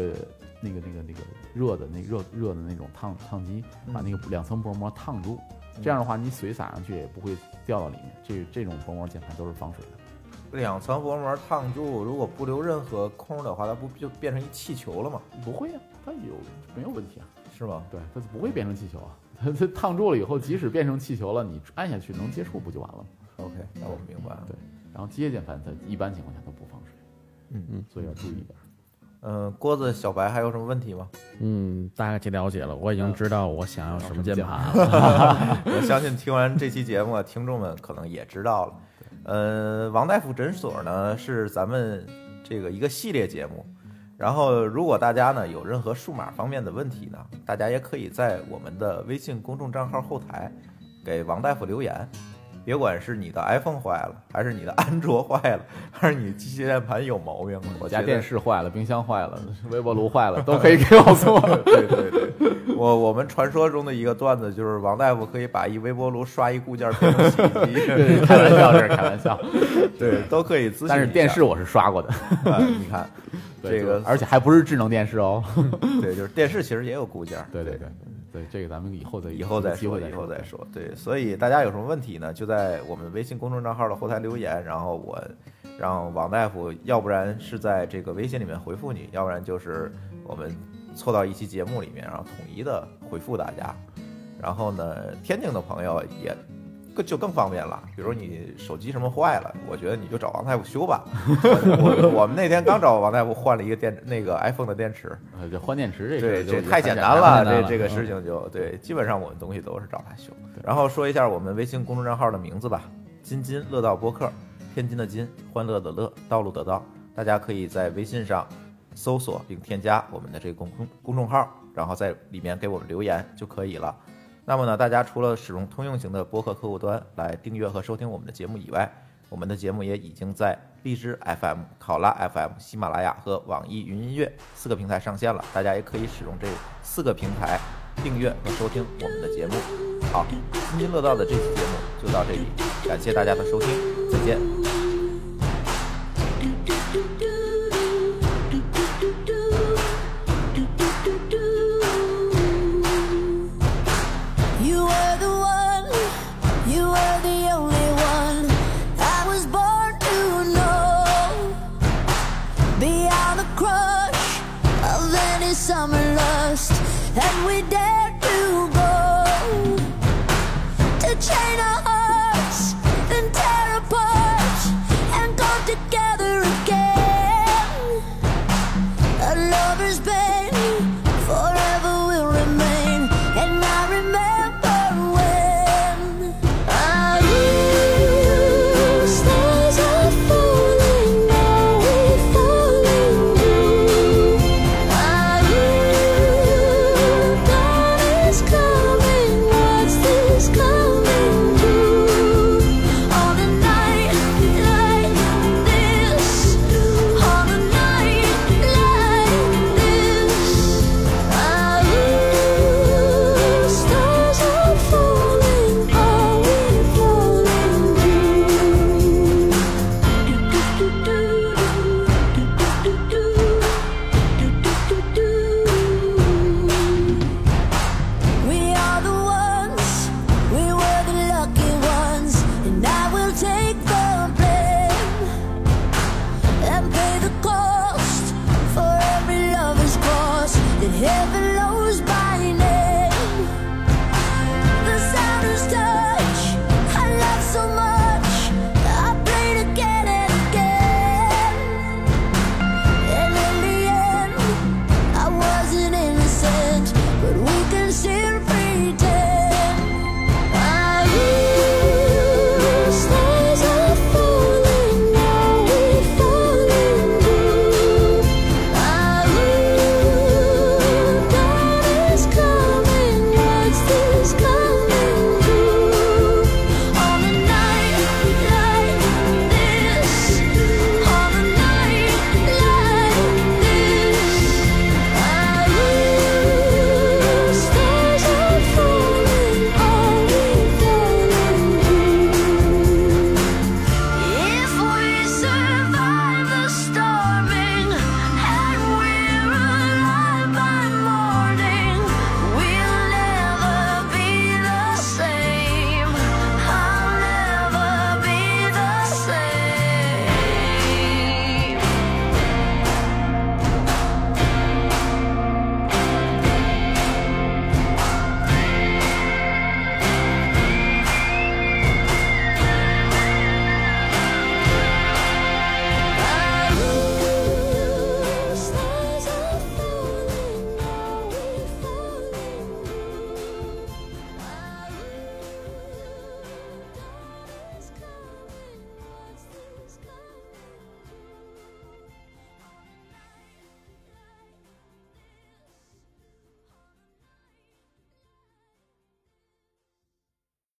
那个那个那个热的那热热的那种烫烫机把那个两层薄膜烫住，这样的话你水洒上去也不会掉到里面。这这种薄膜键盘都是防水的。
两层薄膜烫住，如果不留任何空的话，它不就变成一气球了吗？
不会啊，它有没有问题啊？
是吗？
对，它不会变成气球啊。它它烫住了以后，即使变成气球了，你按下去能接触不就完了吗？
OK，那我明白了。
对，然后机械键盘它一般情况下都不防水，
嗯
嗯，所以要注意一点。
嗯，锅子小白还有什么问题吗？
嗯，大概了解了，我
啊
已经知道我想要什么键盘了。
我相信听完这期节目，听众们可能也知道了。呃，王大夫诊所呢是咱们这个一个系列节目。然后，如果大家呢有任何数码方面的问题呢，大家也可以在我们的微信公众账号后台给王大夫留言。别管是你的 iPhone 坏了，还是你的安卓坏了，还是你机械键盘有毛病，我
我
觉
家
得
电视坏了，冰箱坏了，微波炉 坏了，都可以给我送。
对对对，我我们传说中的一个段子就是王大夫可以把一微波炉刷一固件变成洗衣机，
这是开玩笑，这是开玩笑。
对，都可以咨询一下。
但是电视我是刷过的，
啊，你看
对
这个
就，而且还不是智能电视 哦。
对，就是电视其实也有固件儿。
对对对对，这个咱们以后再
以后再
有机
说，
会再
以后再说。对，所以大家有什么问题呢，就在我们微信公众账号的后台留言，然后我让王大夫，要不然是在这个微信里面回复你，要不然就是我们凑到一期节目里面，然后统一的回复大家。然后呢，天津的朋友也。更就更方便了，比如你手机什么坏了，我觉得你就找王大夫修吧。 我我我们那天刚找王大夫换了一个电那个 iPhone 的电池，
呃，这换电池这事
对，
儿就
这
已经
太
很
简
简
单
了嗯
了，，这这
这
个事情就对，基本上我们东西都是找他修。然后说一下我们微信公众账号的名字吧，津津乐道播客，天津的津，欢乐的乐，道路的道，大家可以在微信上搜索并添加我们的这个公公公众号，然后在里面给我们留言就可以了。那么呢，大家除了使用通用型的播客客户端来订阅和收听我们的节目以外，我们的节目也已经在荔枝 FM、考拉 FM、喜马拉雅和网易云音乐四个平台上线了，大家也可以使用这四个平台订阅和收听我们的节目。好，津津乐道的这期节目就到这里，感谢大家的收听，再见。
You were the one, you were the only one I was born to know. Beyond the crush of summer lust, and we dare to go to chain our hearts, then tear apart and come together again. A lover's pain forever will remain, and I remember when our new stars are falling, now we're falling new. Our new dawn is coming, what's this coming to? All the night, like this. All the night, like this. Our new stars are falling, are we falling too? We are the ones, we were the lucky ones, and I will take the blame and pay the cost for every lover's cause that